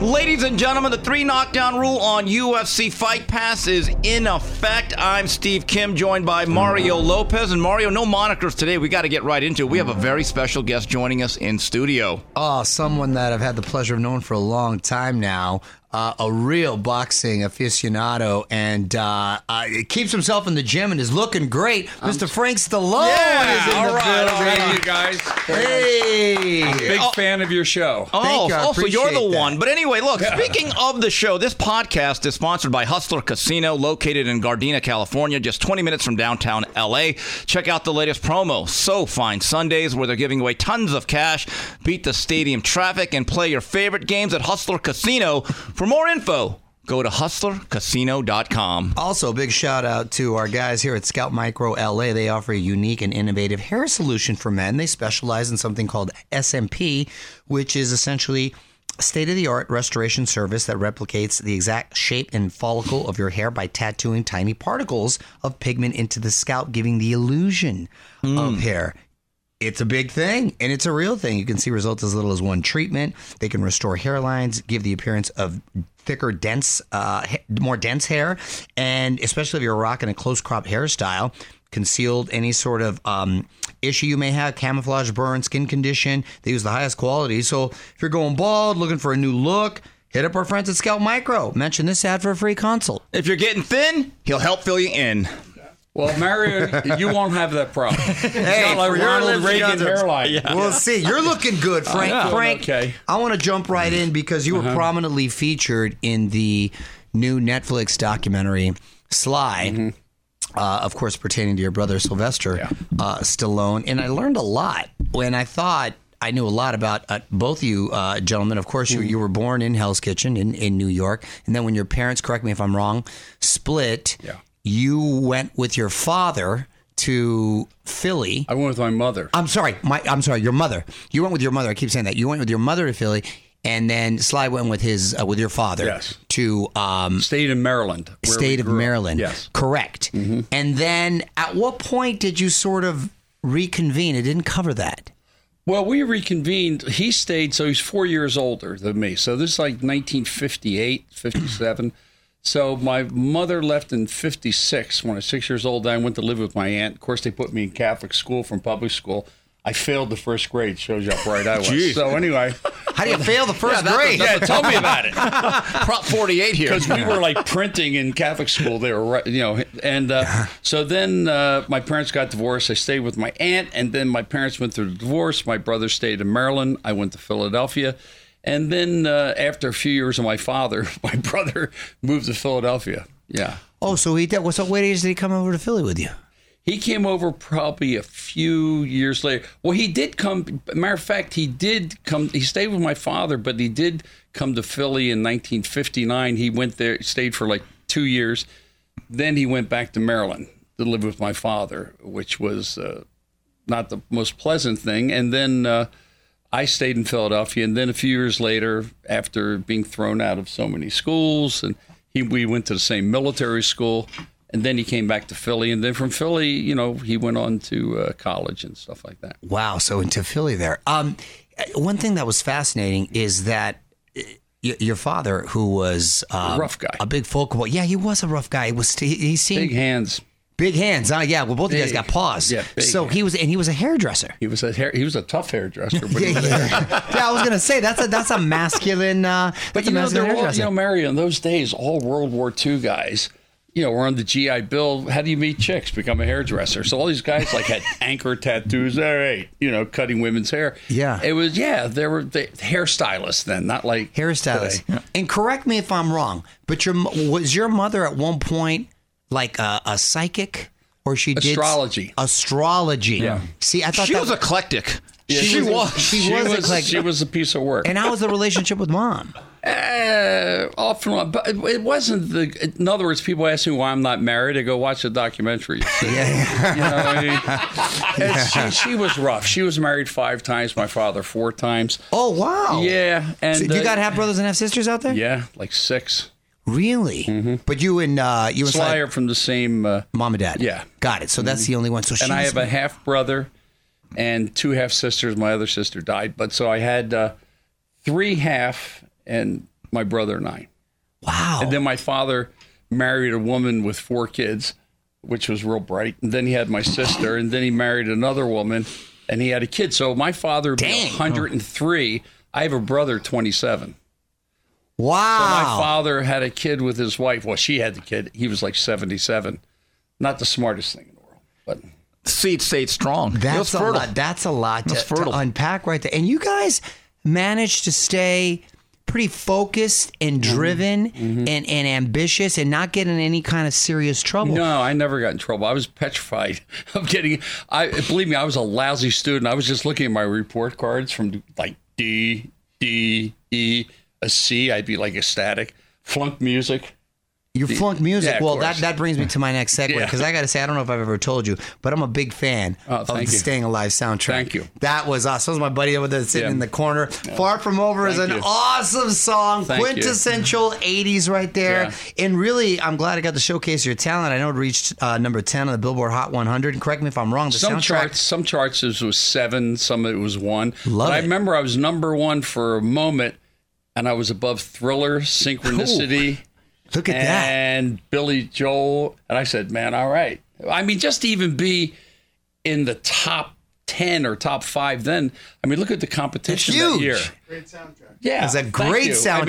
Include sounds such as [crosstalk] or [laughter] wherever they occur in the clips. Ladies and gentlemen, the three knockdown rule on UFC Fight Pass is in effect. I'm Steve Kim, joined by Mario Lopez. And Mario, no monikers today. We got to get right into it. We have a very special guest joining us in studio. Oh, someone that I've had the pleasure of knowing for a long time now. Uh, a real boxing aficionado, and uh, uh, it keeps himself in the gym and is looking great. Mr. Frank Stallone is in Um, all the right, building. all right, you guys. Oh. Hey, Big fan of your show. Thank Oh, you. I oh, so you're the appreciate that. one. But anyway, look, speaking of the show, this podcast is sponsored by Hustler Casino, located in Gardena, California, just 20 minutes from downtown LA. Check out the latest promo, So Fine Sundays, where they're giving away tons of cash. Beat the stadium traffic and play your favorite games at Hustler Casino. For more info, go to hustlercasino.com. Also, big shout out to our guys here at Scout Micro LA. They offer a unique and innovative hair solution for men. They specialize in something called SMP, which is essentially state of the art restoration service that replicates the exact shape and follicle of your hair by tattooing tiny particles of pigment into the scalp, giving the illusion of hair. It's a big thing and it's a real thing. You can see results as little as one treatment. They can restore hairlines, give the appearance of thicker, dense, uh, ha- more dense hair. And especially if you're rocking a close crop hairstyle, concealed any sort of um, issue you may have, camouflage burn, skin condition. They use the highest quality. So if you're going bald, looking for a new look, hit up our friends at Scout Micro. Mention this ad for a free consult. If you're getting thin, he'll help fill you in. Well, Mario, you won't have that [laughs] problem. It's Hey, not like for your Ronald lips, you Reagan guys are- hairline. We'll see. You're looking good, Frank. I'm doing Frank, okay. I want to jump right in because you were prominently featured in the new Netflix documentary Sly. Uh, of course, pertaining to your brother Sylvester uh, Stallone, and I learned a lot when I thought I knew a lot about uh, both you uh, gentlemen. Of course, you, you were born in Hell's Kitchen in, in New York, and then when your parents, correct me if I'm wrong, split, Yeah. you went with your father to Philly. I went with my mother. I'm sorry, my I'm sorry, your mother. You went with your mother. I keep saying that. You went with your mother to Philly, and then Sly went with his uh, with your father Yes. to um, Stayed in Maryland. where we state of grew up. Maryland. Yes. correct. And then at what point did you sort of reconvene? It didn't cover that. Well, we reconvened. He stayed, so he's four years older than me. So this is like 1958, 57. So my mother left in 56 when I was six years old. I went to live with my aunt. Of course, they put me in Catholic school from public school. I failed the first grade. Shows you how bright I was. so anyway, How do you fail [laughs] the first grade? yeah, tell me about it. [laughs] Prop 48 [laughs] here. because we were like printing in Catholic school. They were, right, you know, and uh, so then uh, my parents got divorced. I stayed with my aunt, and then my parents went through the divorce. My brother stayed in Maryland. I went to Philadelphia, and then uh, after a few years of my father, [laughs] my brother moved to Philadelphia. Yeah, Oh, so he did. So what age did he come over to Philly with you? he came over probably a few years later. Well, he did come. Matter of fact, he did come. He stayed with my father, but he did come to Philly in 1959. He went there, stayed for like two years. Then he went back to Maryland to live with my father, which was uh, not the most pleasant thing. And then uh, I stayed in Philadelphia. And then a few years later, after being thrown out of so many schools, and he, we went to the same military school. And then he came back to Philly. And then from Philly, you know, he went on to uh, college and stuff like that. Wow, so into Philly there. Um, one thing that was fascinating is that uh, y- your father, who was um, rough guy. a big focal point. Yeah, he was a rough guy. He was he, he seemed Big big, hands. hands. Uh, yeah, well, both of you guys got Big. paws. Yeah, big so he was, and he was a [laughs] hairdresser. He was a hair, he was a tough hairdresser. [laughs] But he yeah, was a- yeah. Yeah, I was gonna say that's a that's a masculine. Uh, But that's a you know, masculine they're all, hairdresser. you know, Mario, in those days, all World War II guys, you know, were on the GI Bill. How do you meet chicks? Become a hairdresser. So all these guys like [laughs] had anchor tattoos. All right, you know, cutting women's hair. Yeah. it was. Yeah, there were the hairstylists then, not like hairstylist. today. And correct me if I'm wrong, but your m- was your mother at one point like a, a psychic, or she did Astrology. Astrology. Yeah. See, I thought She that was eclectic. Yeah, she was. she was eclectic. She was a piece of work. And how was the relationship with [laughs] mom? Uh, off and on, but it, it wasn't the. In other words, people ask me why I'm not married. I go watch the documentary. Yeah. You know what I [laughs] mean? It's- she, she was rough. She was married five times. My father four times. Oh wow. Yeah, and So you uh, got half brothers and half sisters out there? yeah, like six. Really? But you and uh, you and Sly, Sly are from the same, uh, mom and dad. Yeah. Mm-hmm. Got it. So that's the only one. So she and I was- have a half brother and two half sisters. My other sister died, but so I had uh, three half and my brother and I. Wow. And then my father married a woman with four kids, which was real bright. And then he had my sister, and then he married another woman, and he had a kid. So my father would be Dang. 103. I have a brother, 27. My wow. father had a kid with his wife. Well, she had the kid. He was like 77. Not the smartest thing in the world, but Seed stayed strong. It was that's a fertile. lot. That's a lot to, That's to fertile. unpack right there. And you guys managed to stay pretty focused and Mm-hmm. driven and, and ambitious and not get in any kind of serious trouble. No, I never got in trouble. I was petrified [laughs] of getting. I believe me, I was a lousy student. I was just looking at my report cards from like D, D, E, a C. I'd be like ecstatic. Flunk music. Your flunk music. yeah, of well, that, course. that brings me to my [laughs] next segue Yeah. Oh, because I got to say, I don't know if I've ever told you, but I'm a big fan of the thank you. Staying Alive soundtrack. Thank you. That was us. That was my buddy over there sitting Yeah. in the corner. Far From Over is Thank an you. awesome song, Thank you. quintessential 80s right there. Yeah. And really, I'm glad I got to showcase your talent. I know it reached uh, number 10 on the Billboard Hot 100. And correct me if I'm wrong, the Some soundtrack. charts, some charts it was seven, some it was one. Love but I it. remember I was number one for a moment, and I was above Thriller, Synchronicity. Look at that. and Billy Joel. And I said, man, all right. I mean, just to even be in the top 10 or top five, then, I mean, look at the competition It's huge. that year. Great soundtrack. Yeah. It's a thank great you. I mean,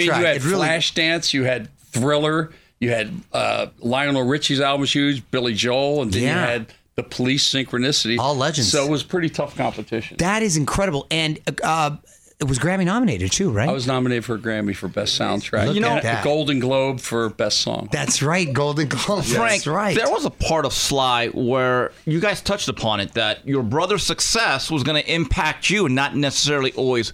you soundtrack. had It really- Flashdance, you had Thriller, you had uh, Lionel Richie's album was huge, Billy Joel, and then Yeah. you had the police synchronicity. All legends. So it was pretty tough competition. That is incredible. And uh, it was Grammy nominated too, right? I was nominated for a Grammy for Best Soundtrack. Look you know, at that. a Golden Globe for Best Song. That's right. Golden Globe. Frank, That's right. there was a part of Sly where you guys touched upon it that your brother's success was going to impact you and not necessarily always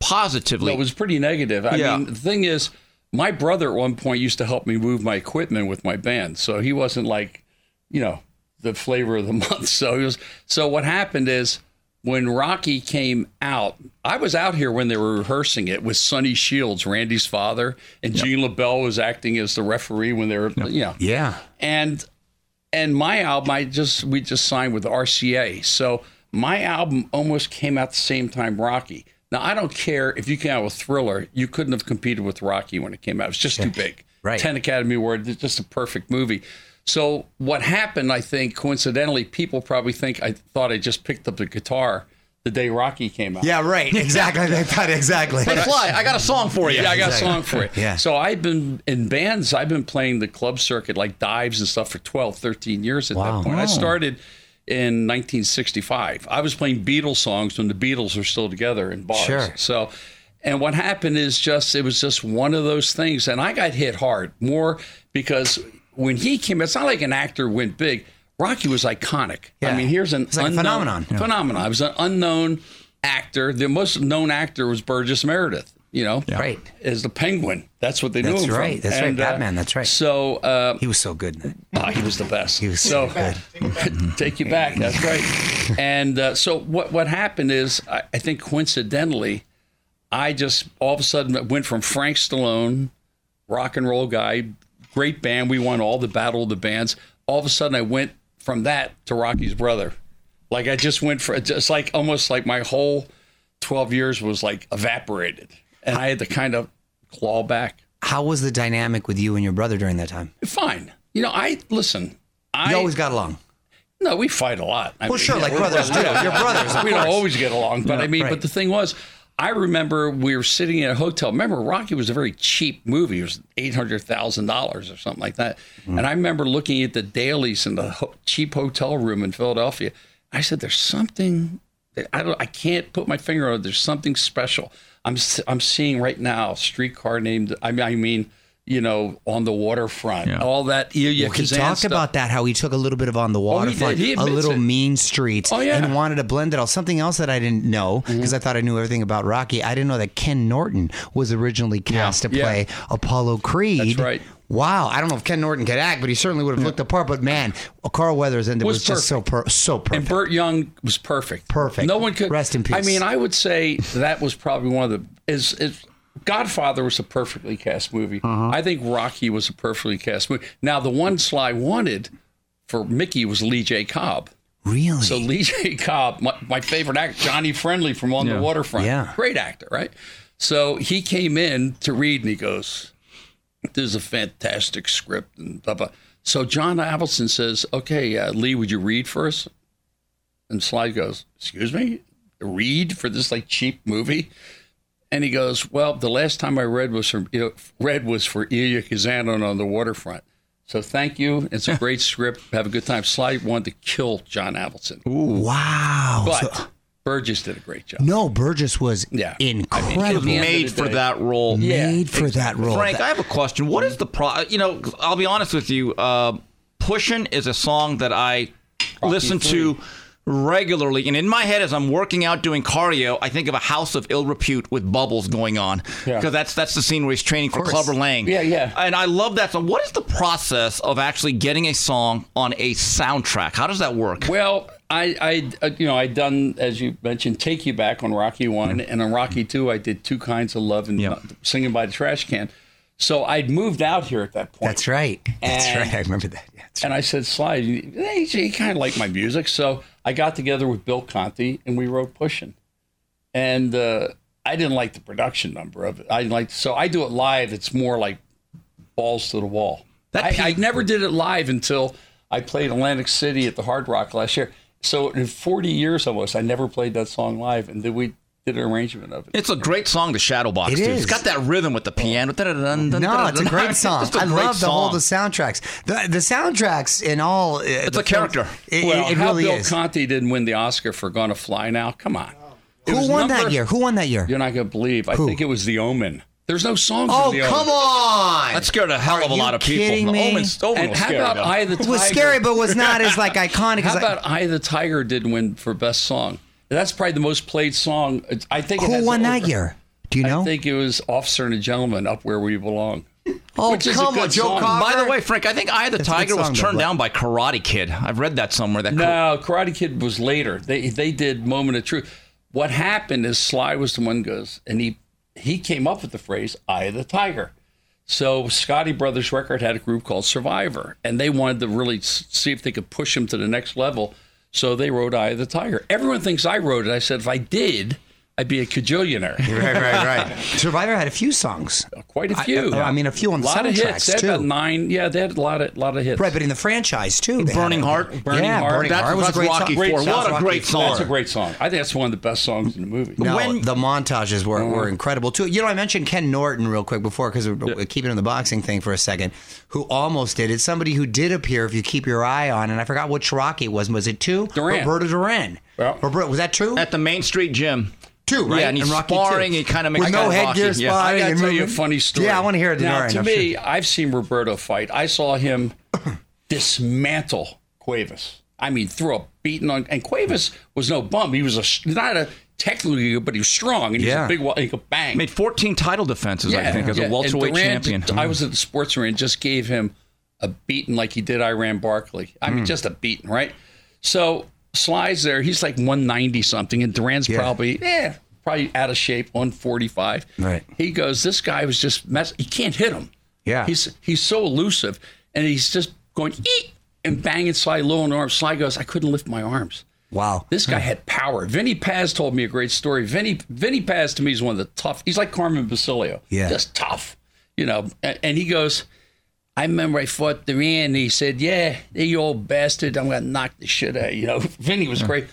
positively. It was pretty negative. I Yeah. mean, the thing is, my brother at one point used to help me move my equipment with my band, so he wasn't like, you know, the flavor of the [laughs] month. So he was. So what happened is when Rocky came out, I was out here when they were rehearsing it with Sonny Shields, Randy's father, and Gene LaBelle was acting as the referee when they were, you know, yeah. and and my album I just we just signed with RCA. So my album almost came out the same time Rocky. Now I don't care if you came out with Thriller, you couldn't have competed with Rocky when it came out. It was just too big. Right. Ten Academy Award, it's just a perfect movie. So what happened, I think, coincidentally, people probably think I thought I just picked up the guitar the day Rocky came out. Yeah, right. [laughs] Exactly. They thought exactly. hey, Sly, I got a song for you. Yeah, I got Exactly. a song for it. Yeah. So I've been in bands, I've been playing the club circuit like dives and stuff for 12, 13 years at Wow. that point. I started in 1965. I was playing Beatles songs when the Beatles were still together in bars. Sure. So and what happened is just it was just one of those things and I got hit hard more because when he came it's not like an actor went big. Rocky was iconic. Yeah. I mean, here's an It's like a unknown- phenomenon. Yeah. phenomenon. I was an unknown actor. The most known actor was Burgess Meredith. You know, Right. Is the Penguin. That's what they knew That's him from. right. That's right. uh, Batman. That's right. So uh, He was so good. in it. ah, he was the best. He was so so good. [laughs] Take you back. That's right. And uh, so what what happened is I, I think coincidentally, I just all of a sudden went from Frank Stallone, rock and roll guy, great band. We won all the battle of the bands. All of a sudden, I went from that to Rocky's brother. Like I just went for just like almost like my whole twelve years was like evaporated, and I had to kind of claw back. How was the dynamic with you and your brother during that time? You Fine, you know. I listen. I always got along. no, we fight a lot. I Well, sure, like we're brothers do. yeah. You're brothers, [laughs] of we course. don't always get along, but I mean, right. but the thing was, I remember we were sitting in a hotel. Remember, Rocky was a very cheap movie. It was eight hundred thousand dollars or something like that. Mm-hmm. And I remember looking at the dailies in the ho- cheap hotel room in Philadelphia. I said, "There's something that I don't. I can't put my finger on. it. There's something special. I'm s- I'm seeing right now. Streetcar named. I mean, I mean." You know, on the waterfront, all that. Yeah, yeah. Well, he talked about that how he took a little bit of on the Oh, he did. waterfront, He a admits little it. mean streets, Oh, yeah. Mm-hmm. and wanted to blend it all. Something else that I didn't know because I thought I knew everything about Rocky. I didn't know that Ken Norton was originally cast to Yeah. play Apollo Creed. That's right. Wow, I don't know if Ken Norton could act, but he certainly would have looked the part. But man, Carl Weathers ended was, Was just so per- so perfect. And Burt Young was perfect. Perfect. No one could Rest in peace. I mean, I would say that was probably one of the is is Godfather was a perfectly cast movie. Uh-huh. I think Rocky was a perfectly cast movie. Now the one Sly wanted for Mickey was Lee J. Cobb. really, So Lee J. Cobb, my, my favorite actor, Johnny Friendly from On the Waterfront. Yeah. Great actor, right? So he came in to read and he goes, This is a fantastic script and blah, blah. So John Avildsen says, Okay, uh, Lee, would you read for us? And Sly goes, Excuse me? Read for this like cheap movie? And he goes, Well, the last time I read was from you know, read was for Ilya Kazanin on the waterfront. So thank you. [laughs] It's a great script. Have a good time. Sly wanted to kill John Avildsen. Wow. But So- Burgess did a great job. no, Burgess was Yeah. incredible. He was made for that role. Yeah, made for that role. Frank, That- I have a question. What is the pro? You know, I'll be honest with you. Uh, Pushin' is a song that I listen to regularly, and in my head, as I'm working out doing cardio, I think of a house of ill repute with bubbles going on because Yeah. that's that's the scene where he's training for course. Clubber Lang. Yeah, yeah. And I love that song. What is the process of actually getting a song on a soundtrack? How does that work? Well, I, I, uh, you know, I done as you mentioned, take you back on Rocky one, and on Rocky two, I did two kinds of love and Yeah. uh, singing by the trash can. So I'd moved out here at that point. That's right. That's And- right. I remember that. Yeah, that's And I said, Sly, you- hey, you kind of like my music. So I got together with Bill Conti and we wrote Pushin'. And uh, I didn't like the production number of it. I like so I do it live. It's more like balls to the wall. That I, pe- I never did it live until I played Atlantic City at the Hard Rock last year. So in 40 years almost, I never played that song live. And then we did an arrangement of it. It's a great song, The Shadowbox. It too. is. It's got that rhythm with the piano. No, No, [laughs] it's [laughs] a great song. I love the whole the soundtracks. The the soundtracks in all. It's a character. It, well, it how really Bill is. Conti didn't win the Oscar for Gonna Fly Now? Come on. It Who was won number- that year? Who won that year? You're not gonna believe. I think it was The Omen. There's no songs. Oh in the come Omen. on! That scared a hell of a Are lot you of people. kidding The me? Omen's, Omen And was how scary, about though. Eye of the It Tiger? was scary, but was not as like iconic. [laughs] How as about Eye of the Tiger did win for best song? That's probably the most played song. It's- I think it I, who has won that over- year? Do you know? I think it was Officer and a Gentleman, Up Where We Belong. oh which is a come on, good Joe song. Cocker. By the way, Frank, I think Eye of the That's a good Tiger was song, though, turned but- down by Karate Kid. I've read that somewhere. That No, Karate Kid was later. They they did Moment of Truth. What happened is Sly was the one who goes and he he came up with the phrase "Eye of the Tiger." So Scotty Brothers Record had a group called Survivor, and they wanted to really s- see if they could push him to the next level. So they wrote "Eye of the Tiger." Everyone thinks I wrote it. I said if I did, I'd be a cajillionaire. right, right, right. Survivor had a few songs. Quite a few. I, I mean, a few on a the lot of hits. They soundtracks had about too. nine. Yeah, they had a lot of lot of hits. Right, but in the franchise too. they had Burning it. Heart. Burning yeah, Heart. Burning That's- Heart was a that's great Rocky song. Four. Great What song. a Rocky great song. That's a great song. I think that's one of the best songs in the movie. No, When- the montages were, were incredible too. You know, I mentioned Ken Norton real quick before because we're we're keeping on the boxing thing for a second, who almost did it. Somebody who did appear, if you keep your eye on, and I forgot which Rocky it was. Was it two? Duran. Roberto Duran. Yeah. Roberto, was that two? at the Main Street Gym. two, right? Yeah, and he's Rocky sparring. two. He kind of makes with no that Rocky, headgear yeah. sparring. I gotta and tell you a moving- funny story. Yeah, I want to hear it. Now, Duran, Oh, to I'm sure. me, I've seen Roberto fight. I [clears throat] saw him dismantle Cuevas. I mean, throw a beating on. And Cuevas was no bum. He was a not a technically, but he was strong and he was Yeah. a big. wa- He could bang. Made 14 title defenses, I think, as a And welterweight Durant, champion. I was at the sports arena and just gave him a beating like he did Iran Barkley. I Hmm. mean, just a beating, right? So Sly's there. He's like 190 something, and Duran's probably, yeah, probably out of shape, 145. Right. He goes, This guy was just mess. He can't hit him. Yeah. He's he's so elusive, and he's just going, eat and banging Sly low on the arm. Sly goes, I couldn't lift my arms. Wow. This Hmm. guy had power. Vinny Paz told me a great story. Vinny Vinny Paz to me is one of the tough. He's like Carmen Basilio. Yeah. just tough. You know, and, and he goes. I remember I fought Duran. And he said, "Yeah, you old bastard, I'm gonna knock the shit out." of You [laughs] You know, Vinny was great.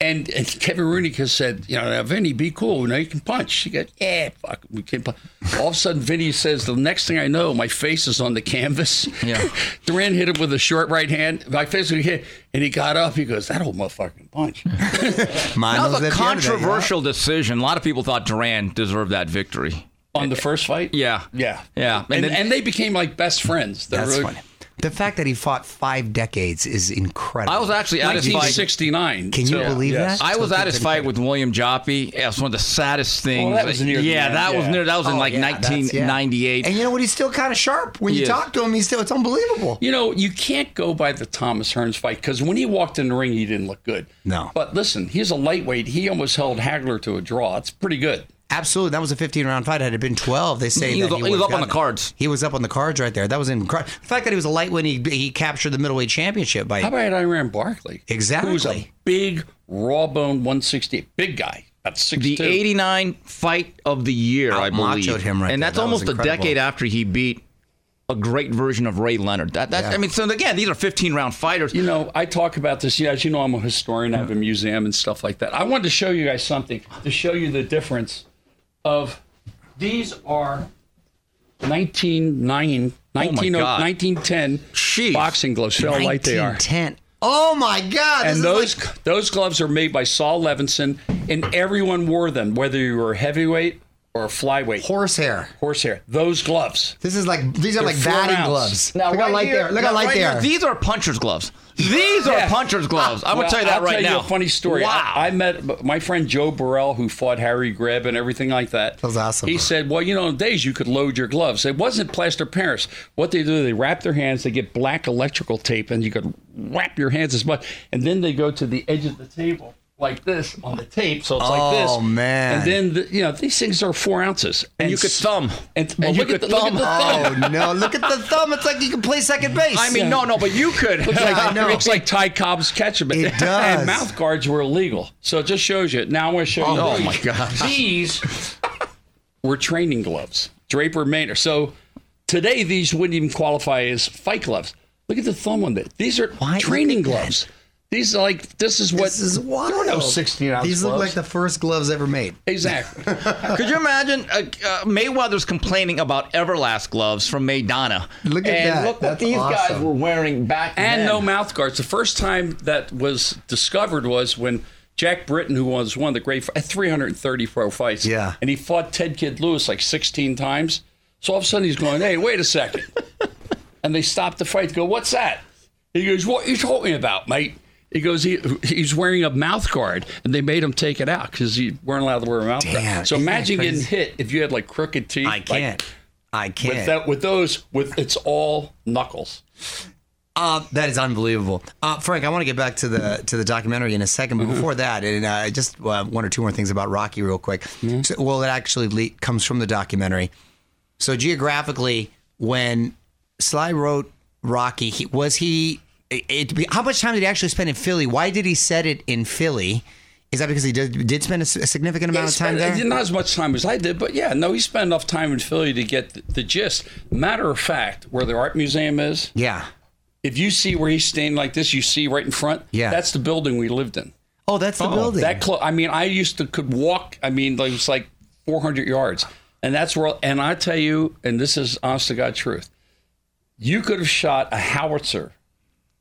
And, and Kevin Rooney has said, you know, now Vinny, be cool. Now you can punch. She goes, yeah, fuck, we can punch. All of a sudden, Vinny says, the next thing I know, my face is on the canvas. Yeah. [laughs] Duran hit him with a short right hand. My face was hit, and he got up. He goes, that old motherfucking punch. Mine that was a at the end of that, yeah. controversial decision. A lot of people thought Duran deserved that victory. on the first fight? Yeah. Yeah. Yeah. And, and, And then- they became like best friends. They're That's really- funny. The fact that he fought five decades is incredible. I was actually at his fight. 1969. Can you till- believe yes. that? I was at his fight with William Joppy. That's one of the saddest things. that was near the yeah, end, that was yeah. near. That was in Oh, like yeah, that's- yeah. 1998. And you know what? He's still kind of sharp. When He you is. talk to him, he's still it's unbelievable. You know, you can't go by the Thomas Hearns fight because when he walked in the ring, he didn't look good. No. But listen, he's a lightweight. He almost held Hagler to a draw. It's pretty good. Absolutely, that was a 15 round fight. Had it been 12, they say He that was- he was would've up on the gotten it. cards. He was up on the cards right there. That was incredible. The fact that he was a lightweight, he, he captured the middleweight championship by How about Iran Barkley? Who's Exactly. a big, raw boned 160, big guy. That's six the two. '89 fight of the year, I Out-machoed believe, him right and there. that's That was almost a incredible. decade after he beat a great version of Ray Leonard. That, that I mean, so again, these are 15 round fighters. You know, I talk about this. Yeah, as you know, I'm a historian. I have a museum and stuff like that. I wanted to show you guys something to show you the difference of these are 1909, 19, God. 1910 Jeez. oh, boxing gloves. See how light they are. 1910. Oh my God! this And is those like- those gloves are made by Saul Levinson, and everyone wore them, whether you were heavyweight or flyweight. horsehair. Horsehair. Those gloves. This is like these are like four batting rounds. gloves. Now, look right how light here- there. Look how now, light right here, there. These are puncher's gloves. These are [laughs] Yeah. puncher's gloves. I'm gonna Well, tell you that I'll right tell now. You a funny story. Wow. I, I met my friend Joe Burrell, who fought Harry Greb and everything like that. That was awesome. He said, "Well, you know, in days you could load your gloves. It wasn't plaster Paris. What they do, they wrap their hands. They get black electrical tape, and you could wrap your hands as much. And then they go to the edge of the table." Like this on the tape, so it's like this. Oh, man. And then the, you know these things are four ounces, and, you could s- thumb. and, well, And you look at could the, look at thumb. the thumb. Oh no! Look at the thumb. It's like you can play second base. I mean, no, no, but you could. Looks Yeah, I like, know. looks like Ty Cobb's catcher, but It does. [laughs] and mouth guards were illegal. So it just shows you. Now I want to show [laughs] you. Oh, these. my God. These were training gloves, Draper Manor. So today these wouldn't even qualify as fight gloves. Look at the thumb on that. These are Why? training Look at that. gloves. These are like this is what this is wild. There were no 16 ounce These look gloves. like the first gloves ever made. [laughs] exactly. Could you imagine uh, uh, Mayweather's complaining about Everlast gloves from Maidana? Look at and that. Look what That's these guys awesome. were wearing back and then. no mouth guards. The first time that was discovered was when Jack Britton, who was one of the great, uh, had 330 pro fights, Yeah. and he fought Ted Kid Lewis like 16 times. So all of a sudden he's going, "Hey, wait a second. [laughs] and they stopped the fight. They Go, what's that? He goes, "What you talking about, mate?" He goes, he, he's wearing a mouth guard, and they made him take it out because you weren't allowed to wear a mouth Damn, guard. So isn't that imagine getting crazy? hit if you had like crooked teeth. I like, can't. I can't. with that, with those, with it's all knuckles. Uh, that is unbelievable, uh, Frank. I want to get back to the to the documentary in a second, but before that, and uh, just uh, one or two more things about Rocky, real quick. So, well, it actually le- comes from the documentary. So geographically, when Sly wrote Rocky, he, was he? It, it, how much time did he actually spend in Philly? Why did he set it in Philly? Is that because he did, did spend a, s- a significant amount He of time spent- there? Not as much time as I did, but yeah, no, he spent enough time in Philly to get the, the gist. Matter of fact, where the art museum is, Yeah. if you see where he's standing like this, you see right in front. Yeah. that's the building we lived in. Oh, that's the building. That close. I mean, I used to could walk. I mean, like, it was like 400 yards, and that's where. And I tell you, and this is honest to God truth, you could have shot a howitzer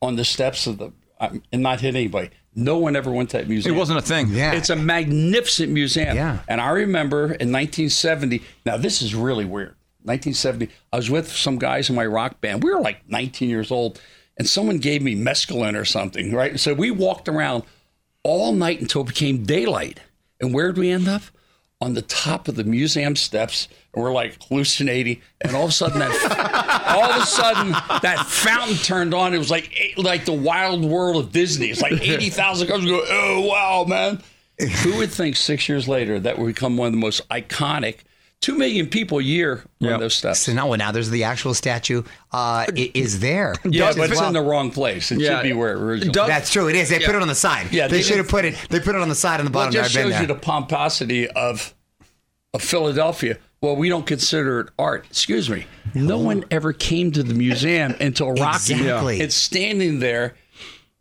on the steps of the um, and not hit anybody. No one ever went to that it museum. wasn't a thing. yeah. It's a magnificent museum. Yeah. And I remember in 1970, now this is really weird. 1970, I was with some guys in my rock band. We were like 19 years old, and someone gave me mescaline or something, right? So we walked around all night until it became daylight. And where did we end up? On the top of the museum steps, and we're like hallucinating, and all of a sudden that, [laughs] all of a sudden that fountain turned on. It was like eight, like the wild world of Disney. It's like [laughs] eighty thousand cars go, oh wow, man! Who would think six years later that would become one of the most iconic? Two million people a year Yeah. on those steps. So now, now there's the actual statue. Uh, it is there. [laughs] Yeah, Does but it- it's in the wrong place. It Yeah. should be where it originally. Does- That's true. It is. They put it on the side. Yeah, they, they- should have put it. They put it on the side on the Well, bottom. it there. just I've been shows you there. the pomposity of of Philadelphia. Well, we don't consider it art. Excuse me. No one ever came to the museum until Rocky. Exactly. It's standing there,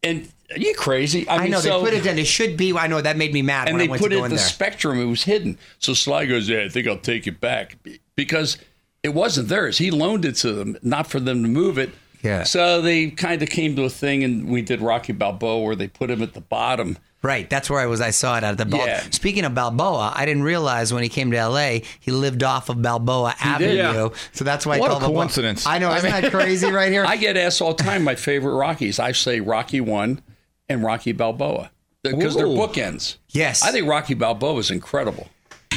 and are you crazy? I mean, know so- they put it in. It should be. I know that made me mad And when they I went put to it go at in the there. spectrum. It was hidden. So Sly goes, "Yeah, I think I'll take it back Be- because it wasn't theirs. He loaned it to them, not for them to move it." Yeah. So they kind of came to a thing, and we did Rocky Balboa, where they put him at the bottom. right. That's where I was. I saw it at the. Bal- Yeah. Speaking of Balboa, I didn't realize when he came to L.A. he lived off of Balboa Avenue. did, yeah. So that's why. What I a called Balboa- coincidence. I know. Isn't [laughs] that crazy right here? I get asked all the time my favorite Rockies. I say Rocky One and Rocky Balboa because they're Ooh. bookends. Yes. I think Rocky Balboa is incredible.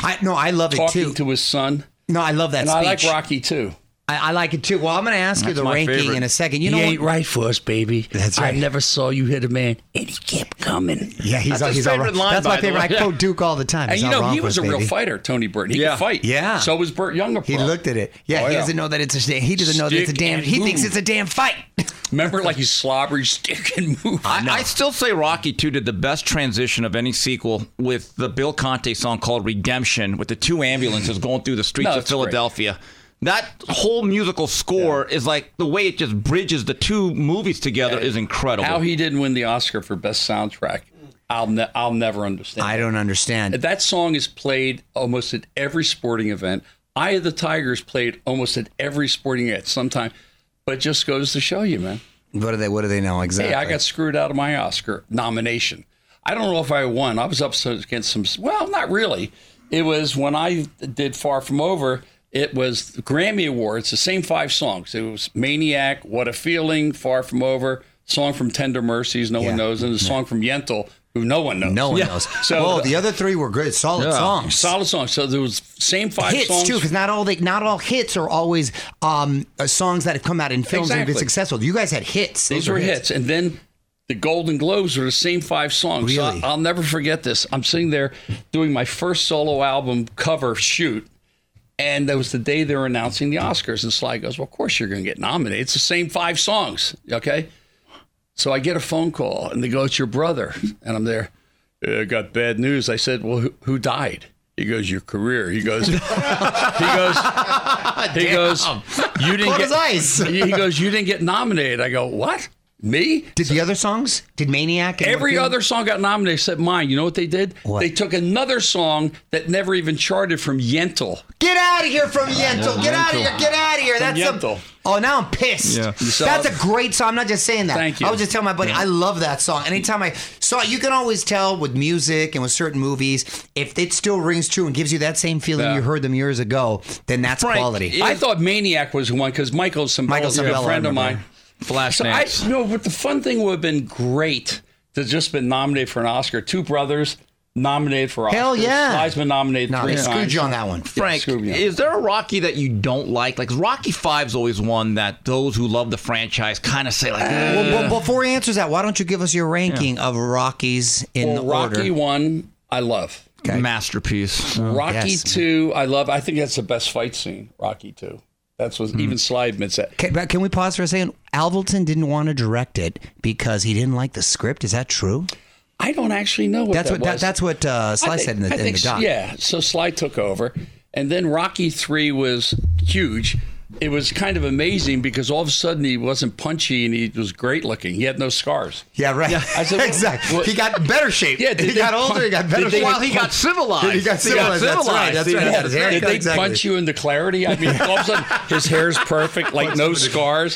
I, no, I love it Talking too. to his son, no, I love that and I like speech. Rocky too. I, I like it too. Well, I'm going to ask you the my ranking favorite. in a second. You he know ain't what? right for us, baby. That's right. I never saw you hit a man, and he kept coming. Yeah, he's That's his he's all favorite right. line, That's by my the favorite. I way. quote Duke all the time. And He's you all know, wrong he for was a us, real baby. fighter, Tony Burton. He Yeah. could fight. Yeah. So was Burt Young. He looked at it. Yeah, Oh, he yeah. doesn't know that it's a. He doesn't know that it's a Stick damn. and He thinks move. it's a damn fight. [laughs] Remember, like he slobbery stick and move. I, I still say Rocky 2 did the best transition of any sequel with the Bill Conte song called Redemption with the two ambulances going through the streets No, of it's great. Philadelphia. That whole musical score is like the way it just bridges the two movies together is incredible. How he didn't win the Oscar for best soundtrack, I'll ne- I'll never understand. I don't understand. that song is played almost at every sporting event. Eye of the Tiger is played almost at every sporting event sometime, but it just goes to show you, man. What do they? What do they know exactly? Hey, I got screwed out of my Oscar nomination. I don't know if I won. I was up so- against some. Well, not really. It was when I did Far From Over. It was the Grammy Awards. The same five songs. It was Maniac, What a Feeling, Far From Over, song from Tender Mercies, no Yeah. one knows, and the song from Yentl, who no one knows. No one knows. So- oh, the other three were good, solid songs. Solid song. So there was same five hits songs. too, because not all they, not all hits are always um, uh, songs that have come out in films and have been Exactly. successful. You guys had hits. These were hits. And then the Golden Globes were the same five songs. So Really? I'll never forget this. I'm sitting there doing my first solo album cover shoot. And that was the day they were announcing the Oscars. And Sly goes, Well, of course you're going to get nominated. It's the same five songs. Okay. So I get a phone call and they go, It's your brother. And I'm there. "Yeah, I got bad news. I said, Well, who, who died? He goes, Your career. [laughs] He goes, He goes, He goes, You didn't Cold as get ice. [laughs] He he goes, You didn't get nominated. I go, What? Me? Did the other songs? Did Maniac? and Every What- other song got nominated except mine. You know what they did? What? They took another song that never even charted from Yentl. Get out of here from Yentl. Get out of here. Get out of here. That's Yentl. a, Oh, now I'm pissed. Yeah. So- That's a great song. I'm not just saying that. Thank you. I was just telling my buddy, I love that song. Anytime I saw it, you can always tell with music and with certain movies, if it still rings true and gives you that same feeling Yeah. you heard them years ago, then that's Frank, quality. it- I thought Maniac was the one because Michael Cimbella Michael is Cimbella, a friend I of remember. mine. So I you know, but the fun thing would have been great to just been nominated for an Oscar. Two brothers nominated for Oscars. Hell yeah. Sly's been nominated No, three they times. screwed you on that one. Frank, screw me up. is there a Rocky that you don't like? Like Rocky Five's always one that those who love the franchise kind of say like, "Ugh." Well, well, before he answers that, why don't you give us your ranking of Rockies in Well, Rocky order? Oh, one, I love. masterpiece. Rocky yes. two, I love. I think that's the best fight scene. Rocky two. That's what Hmm. even Sly admits that. Can, but can we pause for a second? Alvelton didn't want to direct it because he didn't like the script. Is that true? I don't actually know what That's that what that, was. that's what uh, Sly I said in the, think- I in think the s- doc. Yeah, so Sly took over, and then Rocky Three was huge. It was kind of amazing because all of a sudden he wasn't punchy and he was great looking. He had no scars. Yeah, right. I said, [laughs] well, exactly. [laughs] well- he got better shape. Yeah, did he they got older. punch- [laughs] He got better did they- shape. Well, he got civilized. He got civilized. That's right. That's He right. got Yeah, his hair- Did they exactly. punch you into clarity? I mean, all of a sudden his hair's perfect, like no scars.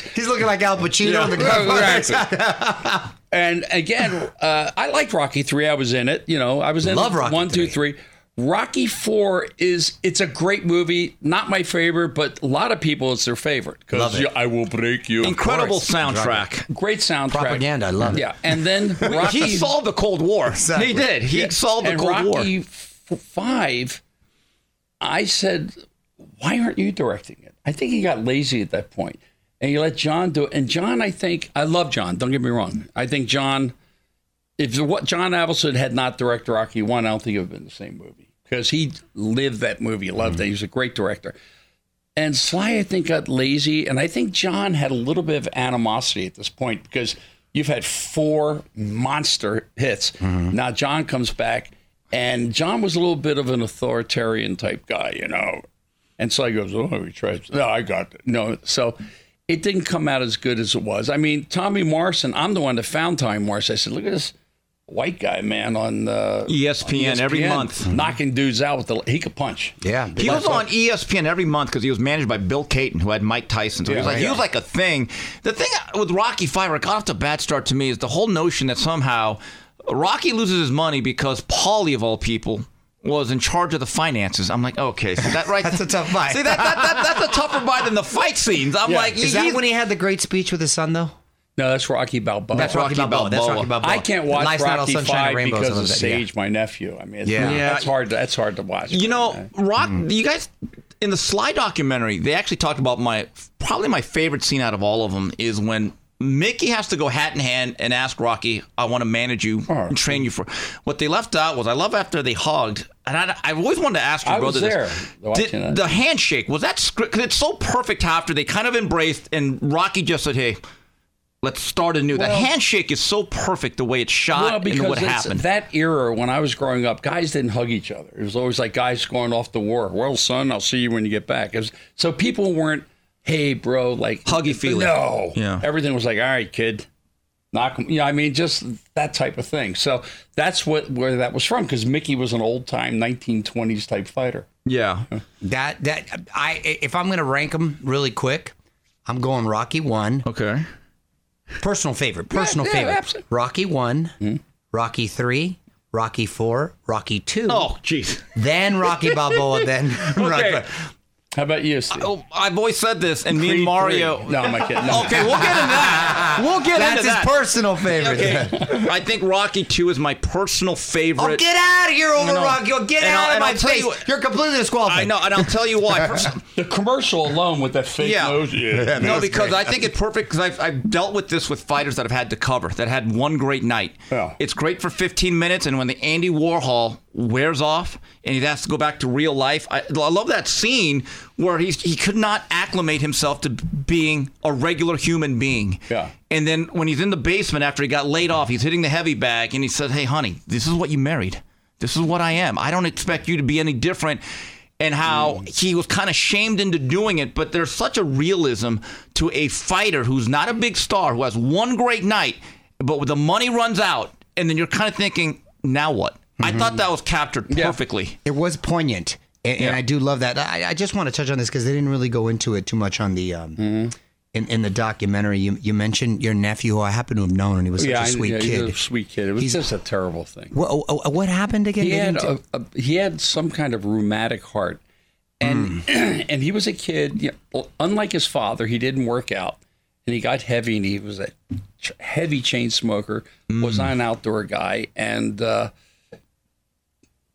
[laughs] He's looking like Al Pacino in the [laughs] Right, right. and again, uh, I like Rocky three. I was in it. You know, I was in Love Rocky one, two, III. three. Rocky four is it's a great movie. Not my favorite, but a lot of people it's their favorite Love because it. I will break you. Incredible Of course. soundtrack. great soundtrack. Propaganda, I love it. Yeah, and [laughs] then Rocky. He solved the Cold War. Exactly. He did. He solved the and Cold War. Rocky f- five. I said, why aren't you directing it? I think he got lazy at that point, and you let John do it. And John, I think I love John. Don't get me wrong. I think John, if what John Avildsen had not directed Rocky one, I don't think it would have been the same movie because he lived that movie, loved it. He was a great director. And Sly, I think, got lazy. And I think John had a little bit of animosity at this point because you've had four monster hits. Now John comes back, and John was a little bit of an authoritarian type guy, you know. And Sly goes, Oh, we tried. No, I got it. No. So it didn't come out as good as it was. I mean, Tommy Morrison, I'm the one that found Tommy Morrison. I said, Look at this white guy, man, on uh, ESPN, every ESPN, month. Knocking dudes out with the. He could punch. Yeah. He was on E ESPN every month because he was managed by Bill Caton, who had Mike Tyson. So he was Yeah, like he yeah. was like a thing. The thing with Rocky Five, where it got off to a bad start to me, is the whole notion that somehow Rocky loses his money because Paulie of all people was in charge of the finances. I'm like, okay, so that right That's a tough buy. See that, that, that that's a tougher buy than the fight scenes. I'm Yeah. like, Is that when he had the great speech with his son, though? No, that's Rocky Balboa. That's Rocky Balboa. That's Balboa. Rocky Balboa. I can't watch Life's not all Rocky sunshine and Five rainbows, because something of like that, yeah. Sage, my nephew. I mean, it's, Yeah. that's hard. To, that's hard to watch. You know, Rock. You guys. in the Sly documentary, they actually talked about my probably my favorite scene out of all of them is when Mickey has to go hat in hand and ask Rocky, "I want to manage you Oh, and train you for." What they left out was I love after they hugged, and I, I've always wanted to ask your I was brother there this. watching that. the handshake was that script? Because it's so perfect after they kind of embraced, and Rocky just said, "Hey." Let's start anew. that handshake is so perfect the way it's Well, shot because and what it's- happened. that era when I was growing up, guys didn't hug each other. It was always like guys going off to war. Well, son, I'll see you when you get back. It was, so people weren't, hey, bro, like Huggy feely. No, Yeah. everything was like, all right, kid, knock. 'em." You know, I mean, just that type of thing. So that's what where that was from because Mickey was an old time 1920s type fighter. yeah. That that I if I'm gonna rank them really quick, I'm going Rocky one. [laughs] Okay. Personal favorite. Personal yeah, favorite. absolutely. Hmm? Rocky one, Rocky three, Rocky four, Rocky two. Oh, jeez. Then Rocky Balboa. Then Rocky. [laughs] Okay. How about you, Steve? Oh, I've always said this, and me Creed and Mario. three. No, I'm not kidding. No. [laughs] Okay, we'll get into [laughs] that. We'll get That's into his that. personal favorite. okay. I think Rocky 2 is my personal favorite. Oh, get out of here, over No. Rocky. Oh, get And I'll- out of and my I'll tell face. you- You're completely disqualified. I know, and I'll tell you why. First, The commercial alone with that fake Yeah. nose. Yeah. no, because I think it's perfect because I've, I've dealt with this with fighters that I've had to cover that had one great night. Yeah. It's great for 15 minutes, and when the Andy Warhol wears off and he has to go back to real life, I, I love that scene where he's, he could not acclimate himself to being a regular human being. Yeah. And then when he's in the basement after he got laid off, he's hitting the heavy bag and he says, Hey, honey, this is what you married. This is what I am. I don't expect you to be any different. And how Hmm. he was kind of shamed into doing it, but there's such a realism to a fighter who's not a big star, who has one great night, but the money runs out, and then you're kind of thinking, now what? I Mm-hmm. thought that was captured perfectly. It was poignant, and, and I do love that. I, I just want to touch on this because they didn't really go into it too much on the um, in, in the documentary. You, you mentioned your nephew, who I happen to have known, and he was such Yeah, a I- sweet yeah, he's kid. a sweet kid. It was He's- just a terrible thing. What, oh, oh, what happened again? he They had didn't- a, a, he had some kind of rheumatic heart, and [clears throat] and he was a kid. You know, unlike his father, he didn't work out, and he got heavy, and he was a ch- heavy chain smoker. Was not an outdoor guy, and uh,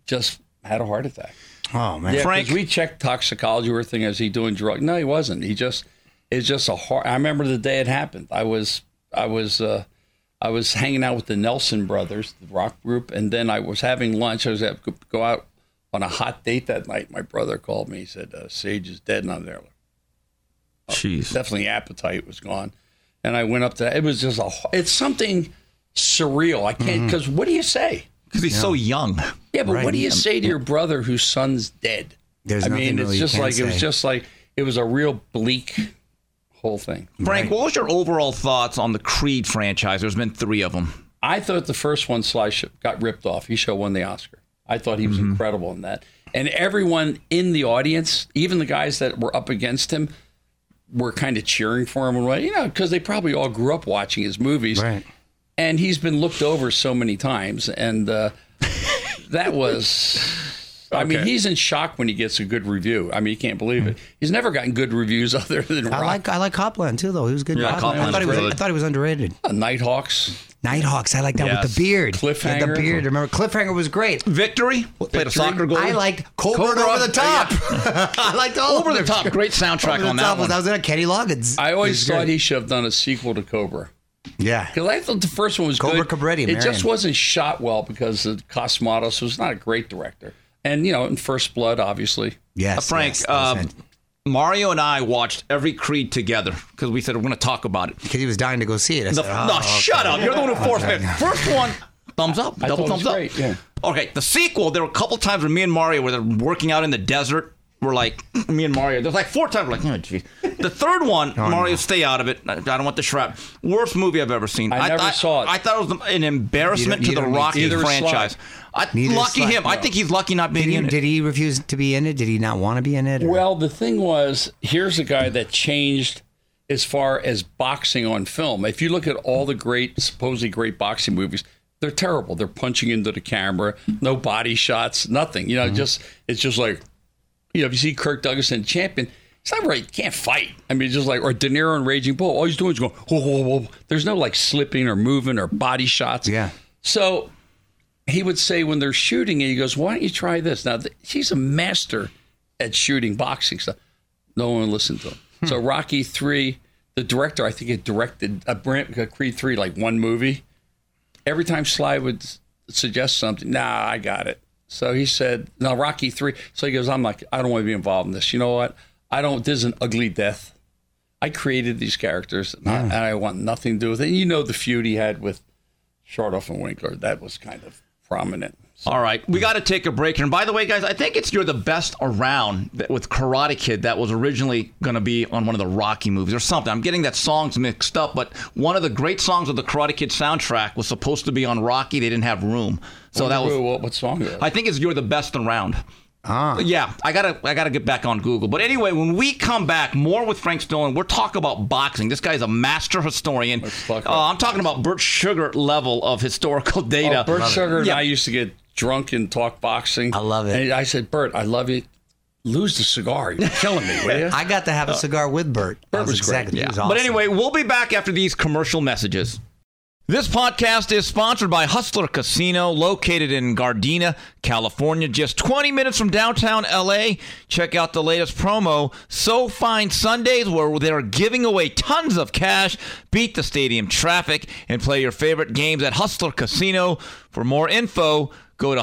just had a heart attack. oh man, Yeah, 'cause Frank- we checked toxicology. We were thinking, is he doing drugs? No, he wasn't. He just it's just a hard. I remember the day it happened. I was I was uh, I was hanging out with the Nelson brothers, the rock group, and then I was having lunch. I was at, go out on a hot date that night. My brother called me. He said uh, Sage is dead, and I'm there. Like, Jeez. Definitely appetite was gone, and I went up to. It was just a. ho- It's something surreal. I can't because what do you say? Because he's so young. Yeah, but what do you say to your brother whose son's dead? Um, There's I nothing mean, really it's you just can like it was say. just like it was a real bleak whole thing. Frank, what was your overall thoughts on the Creed franchise? There's been three of them. I thought the first one Sly sh- got ripped off. He should have won the Oscar. I thought he was Mm-hmm. incredible in that. And everyone in the audience, even the guys that were up against him, were kind of cheering for him and what you know because they probably all grew up watching his movies. Right. And he's been looked over so many times, and uh, that was. I mean, he's in shock when he gets a good review. I mean, you can't believe it. He's never gotten good reviews [laughs] other than I Rock, like I like Copland too, though. He was good. Yeah, Copland. I Copland's thought he was good. I thought he was underrated. Nighthawks. Nighthawks, I like that with Yes. the beard. He had Cliffhanger. The beard. Remember, Cliffhanger was great. Victory. Played a soccer goal. I liked Colbert Cobra, over the yeah. top. [laughs] I liked all Over of the them. top. Great soundtrack Over the on that top was- one. That was in a Kenny Loggins. I always It was thought he should have done a sequel to Cobra. great. yeah. Because I thought the first one was Cobra good. Cabretti, It Marion. just wasn't shot well because of Cosmatos was not a great director. And you know, in First Blood, obviously. Yes, Uh, Frank, yes, uh, yes, Mario and I watched every Creed together because we said we're going to talk about it. because he was dying to go see it. I The, said, oh, no, okay. shut up. You're the one who forced me. First one, thumbs up, double thought it was thumbs up. great, yeah. Okay, the sequel, there were a couple times where me and Mario were working out in the desert. We're like, me and Mario, there's like four times, we're like, oh, geez. The third one, Mario, stay out of it. I I don't want the shrap. Worst movie I've ever seen. I never thought- saw it. I thought it was an embarrassment You to don't- the you don't Rocky need to. Neither is Sly. franchise. I, Neither is lucky Sly, him. I think he's lucky not being Did he, in it. did he refuse to be in it? Did he not want to be in it? or- Well, the thing was, here's a guy that changed as far as boxing on film. If you look at all the great, supposedly great boxing movies, they're terrible. They're punching into the camera, no body shots, nothing. You know, just it's just like, you know, if you see Kirk Douglas in Champion, it's not right. You can't fight. I mean, it's just like or De Niro in Raging Bull. All he's doing is going, whoa, whoa, whoa. There's no like slipping or moving or body shots. Yeah. So he would say when they're shooting it, he goes, "Why don't you try this?" Now th- he's a master at shooting boxing stuff. No one listened to him. So Rocky three, the director I think had directed a Brand a Creed three like one movie. Every time Sly would s- suggest something, nah, I got it. So he said, no, Rocky three. So he goes, I'm like, I don't want to be involved in this. You know what? I don't. This is an ugly death. I created these characters, and, I, and I want nothing to do with it. And you know the feud he had with Shardoff and Winkler. That was kind of prominent. All right, we got to take a break. here. And by the way, guys, I think it's you're the best around that with Karate Kid that was originally going to be on one of the Rocky movies or something. I'm getting that songs mixed up, but one of the great songs of the Karate Kid soundtrack was supposed to be on Rocky. They didn't have room, so that was. Whoa, what, what song? is that? I think it's you're the best around. Ah. Yeah, I gotta I gotta get back on Google. But anyway, when we come back, more with Frank Stone. We're talking about boxing. This guy's a master historian. talk Uh, about I'm talking about Bert Sugar level of historical data. Oh, Bert Sugar Yeah. and I used to get drunk and talk boxing. I love it. And I said, Bert, I love you. Lose the cigar. [laughs] You're killing [laughs] me, will you? I got to have a cigar with Bert. Bert uh, was great. exactly. he was But awesome. anyway, we'll be back after these commercial messages. This podcast is sponsored by Hustler Casino, located in Gardena, California, just 20 minutes from downtown LA. Check out the latest promo, So Fine Sundays, where they're giving away tons of cash. Beat the stadium traffic and play your favorite games at Hustler Casino. For more info, go to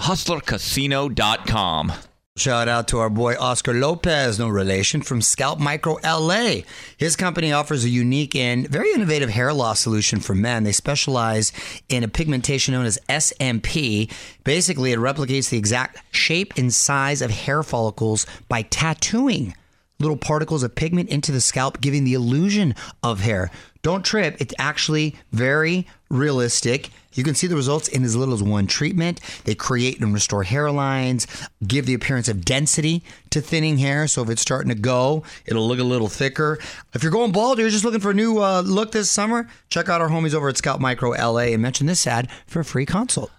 hustlercasino.com. Shout out to our boy Oscar Lopez, no relation, from Scalp Micro LA. His company offers a unique and very innovative hair loss solution for men. They specialize in a pigmentation known as SMP. Basically, it replicates the exact shape and size of hair follicles by tattooing little particles of pigment into the scalp, giving the illusion of hair. Don't trip, it's actually very realistic. You can see the results in as little as one treatment. They create and restore hairlines, give the appearance of density to thinning hair. So if it's starting to go, it'll look a little thicker. If you're going bald or you're just looking for a new uh, look this summer, check out our homies over at Scout Micro LA and mention this ad for a free consult.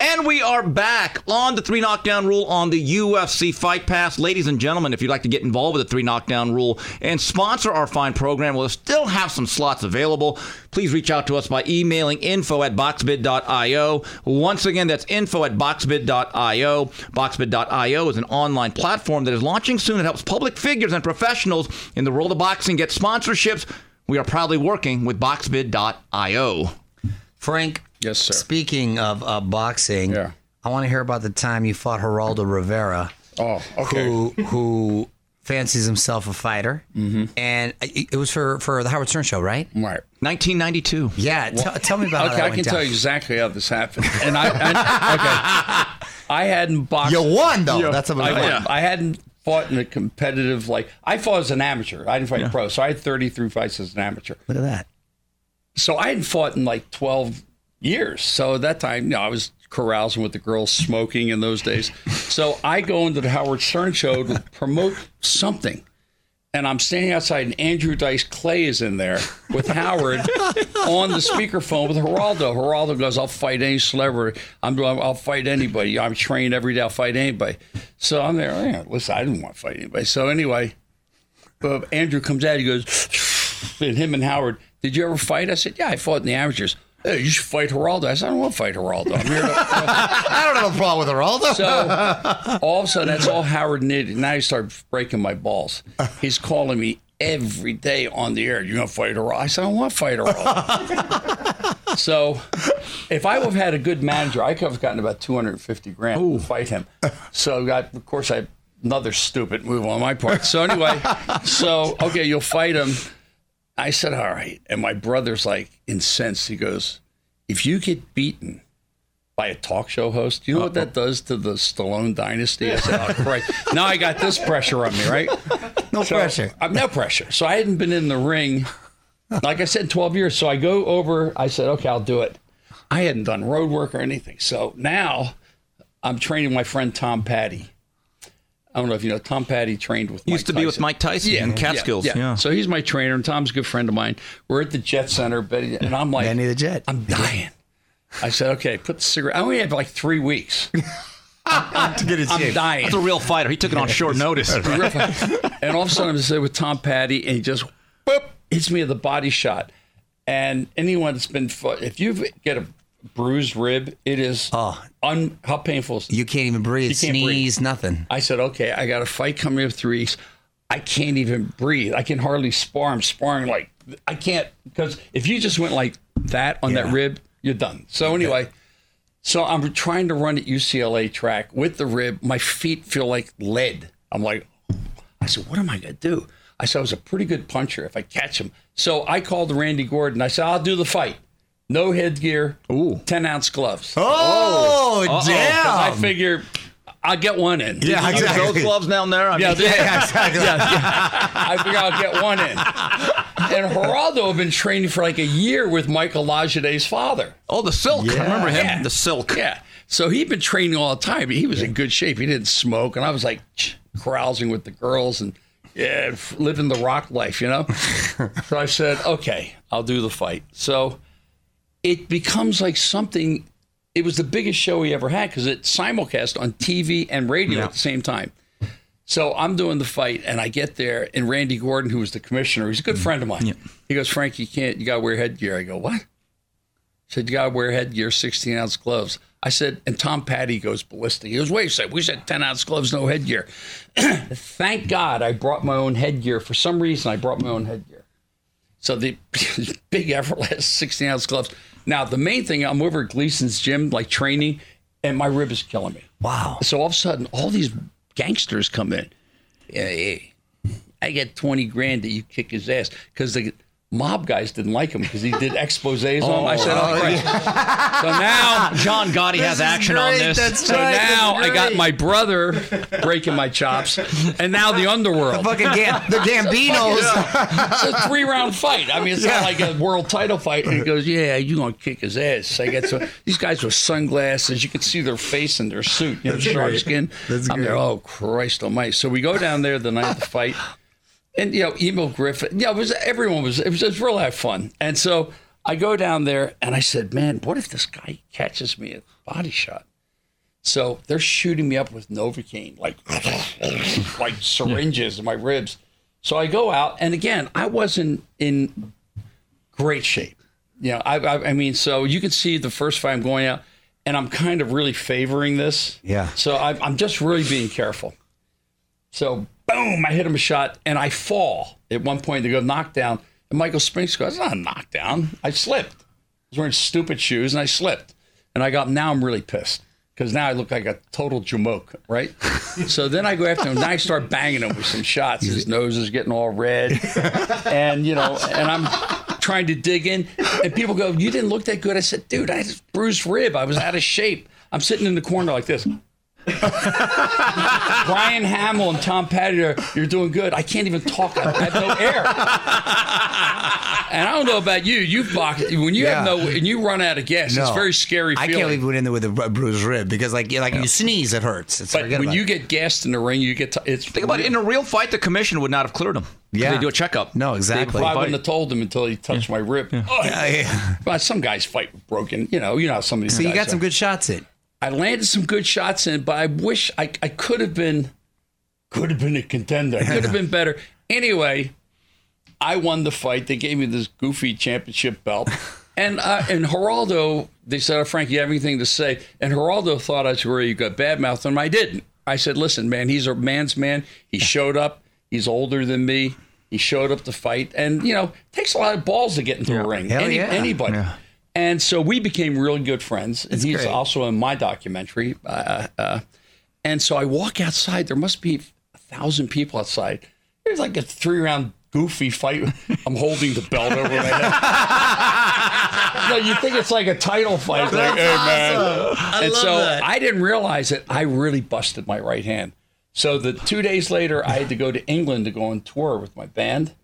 And we are back on the three knockdown rule on the UFC Fight Pass. Ladies and gentlemen, if you'd like to get involved with the three knockdown rule and sponsor our fine program, we'll still have some slots available. Please reach out to us by emailing info at boxbid.io. Once again, that's info at boxbid.io. Boxbid.io is an online platform that is launching soon that helps public figures and professionals in the world of boxing get sponsorships. We are proudly working with boxbid.io. Frank. Yes, sir. Speaking of uh, boxing, Yeah. I want to hear about the time you fought Geraldo Rivera. Oh, okay. who who fancies himself a fighter, mm-hmm. and it it was for for the Howard Stern show, right? Right. 1992. Yeah, tell tell me about how Okay, that I went can down. tell you exactly how this happened. And I, I [laughs] okay, I hadn't boxed. You won though. That's I, about won. it. I hadn't fought in a competitive like I fought as an amateur. I didn't fight pro, so I had thirty through fights as an amateur. [laughs] Look at that. so I hadn't fought in like 12 years. So at that time, you know, I was carousing with the girls, smoking in those days. so I go into the Howard Stern show to promote something. And I'm standing outside, and Andrew Dice Clay is in there with Howard on the speakerphone with Geraldo. Geraldo goes, "I'll fight any celebrity. I'm doing. I'll fight anybody. I'm trained every day. I'll fight anybody." So I'm there. Yeah, listen, I didn't want to fight anybody. So anyway, but Andrew comes out. He goes, and him and Howard, did you ever fight? I said, yeah, I fought in the amateurs. Hey, you should fight Geraldo. I said, I don't want to fight Geraldo. I'm here to. I don't have a problem with Geraldo. so all of a sudden, that's all Howard needed. Now he started breaking my balls. He's calling me every day on the air. You're gonna fight Geraldo. I said, I don't want to fight Geraldo. so if I would have had a good manager, I could have gotten about 250 grand to fight him. So I got, of course, I another stupid move on my part. So anyway, so okay, you'll fight him. I said, all right. And my brother's like incensed. He goes, if you get beaten by a talk show host, you know what that does to the Stallone dynasty? I said, oh, Christ. Now I got this pressure on me, right? [laughs] no pressure. I'm no pressure. So I hadn't been in the ring, like I said, in 12 years. So I go over, I said, okay, I'll do it. I hadn't done road work or anything. So now I'm training my friend Tom Patty. I don't know if you know, Tom Patty trained with Used to be with Mike Tyson in Catskills. yeah, So he's my trainer, and Tom's a good friend of mine. We're at the Jet Center, but and I'm like, Benny the Jet. I'm dying. I said, okay, put the cigarette. I only had like three weeks. to get his I'm dying. That's a real fighter. He took it on short [laughs] notice. and all of a sudden, I'm just there with Tom Patty, and he just whoop, hits me with a body shot. And anyone that's been, fo- if you get a bruised rib. It is un. How painful is it? You can't even breathe, can't breathe. sneeze, nothing. I said, okay, I got a fight coming up three weeks. I can't even breathe. I can hardly spar. I'm sparring like I can't because if you just went like that on that rib, you're done. So anyway, so I'm trying to run at UCLA track with the rib. My feet feel like lead. I'm like, I said, what am I gonna do? I said I was a pretty good puncher if I catch him. So I called Randy Gordon. I said, I'll do the fight. No headgear, Ooh. ten ounce gloves. Oh, Because [laughs] I damn. figure I'll get one in. Yeah, Are exactly. those gloves down there? I mean, [laughs] Yeah, [laughs] they- Yeah, exactly. I figure I'll get one in. And Geraldo had been training for like a year with Michael Lajade's father. oh, the silk. I remember him. Yeah. The silk. Yeah. So he'd been training all the time. He was in good shape. He didn't smoke. And I was like ch- carousing with the girls and yeah, f- living the rock [laughs] life, you know? so I said, okay, I'll do the fight. So it becomes like something. It was the biggest show he ever had because it simulcast on TV and radio at the same time. So I'm doing the fight, and I get there, and Randy Gordon, who was the commissioner, he's a good friend of mine. He goes, Frank, you can't, you got to wear headgear. I go, what? said, You got to wear headgear, 16 ounce gloves. I said, and Tom Patty goes ballistic. He goes, Wait a second, we said 10 ounce gloves, no headgear. [clears throat] Thank God I brought my own headgear. For some reason, I brought my own headgear. So the [laughs] big effortless 16 ounce gloves. Now, the main thing, I'm over at Gleason's gym, like training, and my rib is killing me. Wow. So all of a sudden, all these gangsters come in. Hey, I get 20 grand that you kick his ass because the mob guys didn't like him because he did exposés on him. I said, oh, Christ. So now, John Gotti has is action on great. this. That's so right. now That's I got great. my brother breaking my chops and now the underworld. Fucking Gam- the [laughs] Gambinos. It's a three round fight. I mean, it's not like a world title fight. And he goes, Yeah, you going to kick his ass. I got to, these guys with sunglasses. You could see their face in their suit, you know, shark skin. That's I'm there, great. Oh, Christ almighty. So we go down there the night of the fight. And, you know, Emo Griffith, yeah, it was everyone was, it was just real have fun. And so I go down there and I said, Man, what if this guy catches me a body shot? So they're shooting me up with Novocaine, like [laughs] like syringes in my ribs. So I go out, and again, I wasn't in great shape. You know, I, I, I mean, so you can see the first fight I'm going out, and I'm kind of really favoring this. Yeah. So I, I'm just really being careful. So boom, I hit him a shot, and I fall at one point to go knockdown. And Michael Spinks goes, "It's not a knockdown. I slipped. I was wearing stupid shoes, and I slipped. And I got now I'm really pissed." Because now I look like a total jamoke, right? so then I go after him. Now I start banging him with some shots. His nose is getting all red, and you know, and I'm trying to dig in. And people go, "You didn't look that good." I said, "Dude, I had a bruised rib. I was out of shape. I'm sitting in the corner like this." Brian Hamill and Tom Petty are, you're doing good. I can't even talk. I have no air. and I don't know about you. You've boxed when you have Yeah. no and you run out of gas. It's No. a very scary. I Feeling. can't believe we went in there with a bru- bruised rib because, like, you like you sneeze, it hurts. It's But forget when about you it. get gassed in the ring, you get. T- it's Think about it. In a real fight, the commission would not have cleared him. 'Cause Yeah. They do a checkup. No, They exactly. play I fight. wouldn't have told him until he touched my rib. Oh, [laughs] Well, some guys fight with broken. You know, you know how some of these so you guys got some are. good shots in. I landed some good shots in, but I wish I, I could have been could have been a contender. I [laughs] could have been better. Anyway, I won the fight. They gave me this goofy [laughs] championship belt. And uh, and Geraldo, they said, oh, Frank, you have anything to say? And Geraldo thought I was where you got bad mouth, and I didn't. I said, listen, man, he's a man's man. [laughs] He showed up. He's older than me. He showed up to fight. And, you know, it takes a lot of balls to get into a ring. Hell Any- yeah. Anybody. Yeah. And so we became really good friends. And he's great. also in my documentary. Uh, uh, and so I walk outside. There must be a thousand people outside. There's like a three round goofy fight. I'm holding the belt over my head. [laughs] no, you think it's like a title fight. Like, hey, man. I and love so that. I didn't realize it. I really busted my right hand. So the two days later, I had to go to England to go on tour with my band.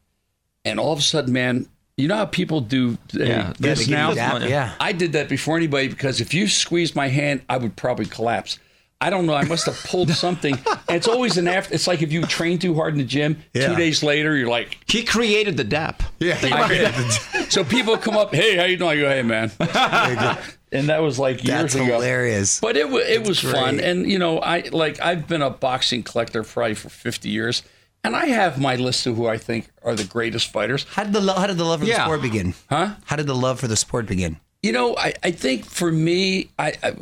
And all of a sudden, man, you know how people do uh, Yeah, Yeah, this they give now? you that- yeah. I did that before anybody because if you squeezed my hand, I would probably collapse. I don't know. I must have [laughs] pulled something. And it's always an after. It's like if you train too hard in the gym, Yeah. two days later, [laughs] you're like, He created the DAP. I did. [laughs] so people come up, hey, how you doing? I go, [laughs] hey, man. and that was like years That's ago. hilarious. But it, wa- it was fun. great. And, you know, I like I've been a boxing collector probably for 50 years. And I have my list of who I think are the greatest fighters. How did the lo- how did the love for the Yeah. sport begin? Huh? How did the love for the sport begin? You know, I, I think for me, I, I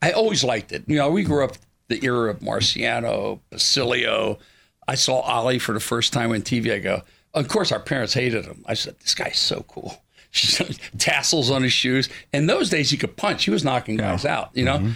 I always liked it. You know, we grew up the era of Marciano, Basilio. I saw Ollie for the first time on TV. I go, of course, our parents hated him. I said, this guy's so cool. [laughs] Tassels on his shoes. And those days, he could punch. He was knocking guys out. You know.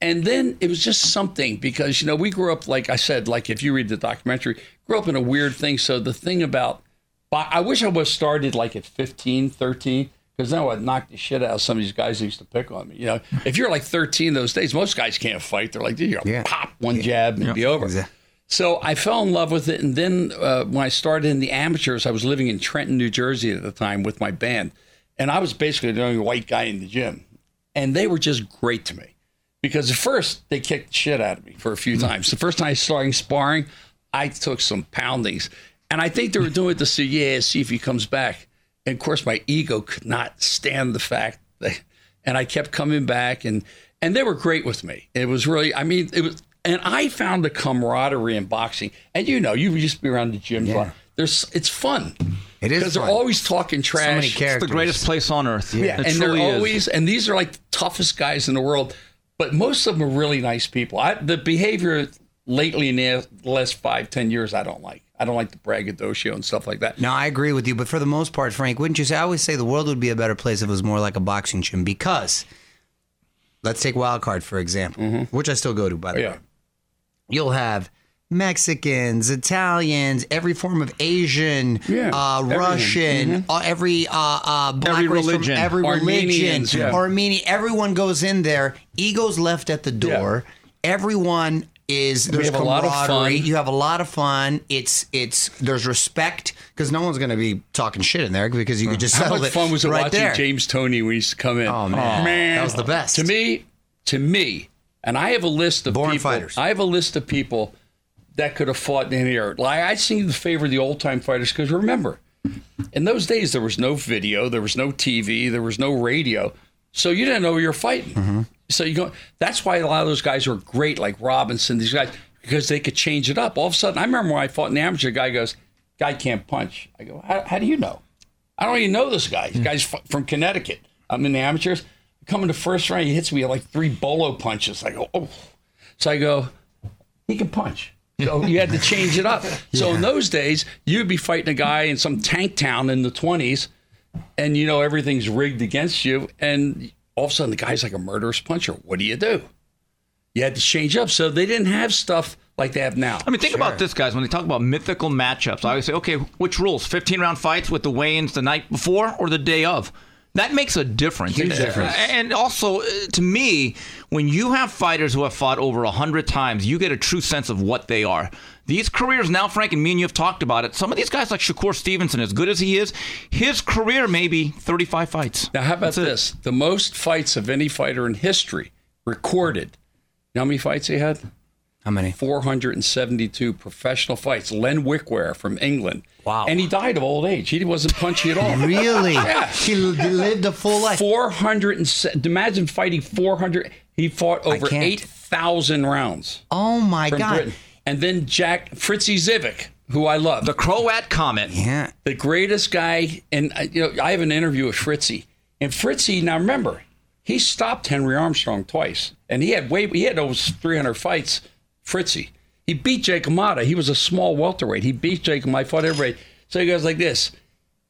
And then it was just something because you know we grew up like I said, like if you read the documentary, grew up in a weird thing. So the thing about but I wish I was started like at 15, 13, because now I'd knock the shit out of some of these guys who used to pick on me. You know, if you're like 13 those days, most guys can't fight. They're like, you Yeah. yeah. pop one jab and be over. Exact- So I fell in love with it. And then uh, when I started in the amateurs, I was living in Trenton, New Jersey at the time with my band. And I was basically the only white guy in the gym. And they were just great to me because at first they kicked the shit out of me for a few times. The first time I started sparring, I took some poundings. And I think they were doing it to see, yeah, see if he comes back. And of course, my ego could not stand the fact that, and I kept coming back and, and they were great with me. It was really, I mean, it was, and I found the camaraderie in boxing. And you know, you used to be around the gym. Yeah. There's, it's fun. It is Because they're fun. always talking trash. so many It's characters. the greatest place on earth. Yeah, It and they're truly is. always and these are like the toughest guys in the world, but most of them are really nice people. I, the behavior lately in the last five ten years, I don't like. I don't like the braggadocio and stuff like that. No, I agree with you, but for the most part, Frank, wouldn't you say? I always say the world would be a better place if it was more like a boxing gym because let's take Wild Card for example, which I still go to, by the way. Mm-hmm. Yeah, you'll have Mexicans, Italians, every form of Asian, Yeah, uh, everything. Russian, uh, every uh, uh, black Every race from religion. every religion, Armenians, yeah. Armenian. Everyone goes in there. Ego's left at the door. Everyone is there's have a lot of fun. camaraderie. You have a lot of fun. It's it's there's respect because no one's going to be talking shit in there because you could just how settle much it fun was it right watching there. James Tony when he used to come in? Oh, man. That was the best. To me, to me, and I have a list of Born people. fighters. I have a list of people that could have fought in any era. Like I seem to favor the old time fighters because remember, in those days there was no video, there was no TV, there was no radio, so you didn't know you were fighting. Mm-hmm. So you go. That's why a lot of those guys were great, like Robinson. These guys because they could change it up. All of a sudden, I remember when I fought in the amateur. a Guy goes, "Guy can't punch." I go, "How, how do you know?" I don't even know this guy. Hmm. This guy's f- from Connecticut. I'm in the amateurs. Coming to first round, he hits me like three bolo punches. I go, oh. So I go, he can punch. So you had to change it up. So in those days, you'd be fighting a guy in some tank town in the 20s, and you know everything's rigged against you. And all of a sudden, the guy's like a murderous puncher. What do you do? You had to change up. So they didn't have stuff like they have now. I mean, think about this, guys. When they talk about mythical matchups, I always say, okay, which rules? 15 round fights with the weigh ins the night before or the day of? That makes a difference. Huge Uh, difference. And also, uh, to me, when you have fighters who have fought over 100 times, you get a true sense of what they are. These careers now, Frank and me and you have talked about it. Some of these guys, like Shakur Stevenson, as good as he is, his career may be 35 fights. Now, how about this? The most fights of any fighter in history recorded. You know how many fights he had? How many? 472 professional fights. Len Wickware from England. Wow. And he died of old age. He wasn't punchy at all. Really? [laughs] Yeah. He lived a full life. 400 and se- imagine fighting 400. He fought over can't. 8,000 rounds Oh my from God. Britain. And then Jack Fritzy Zivic, who I love. The Croat Comet. Yeah. the greatest guy. And I- you know, I have an interview with Fritzy, and Fritzy. Now remember, he stopped Henry Armstrong twice, and he had way he had over 300 fights. Fritzy, he beat Jake Amata. He was a small welterweight. He beat Jake Amata. Fought everybody. So he goes like this.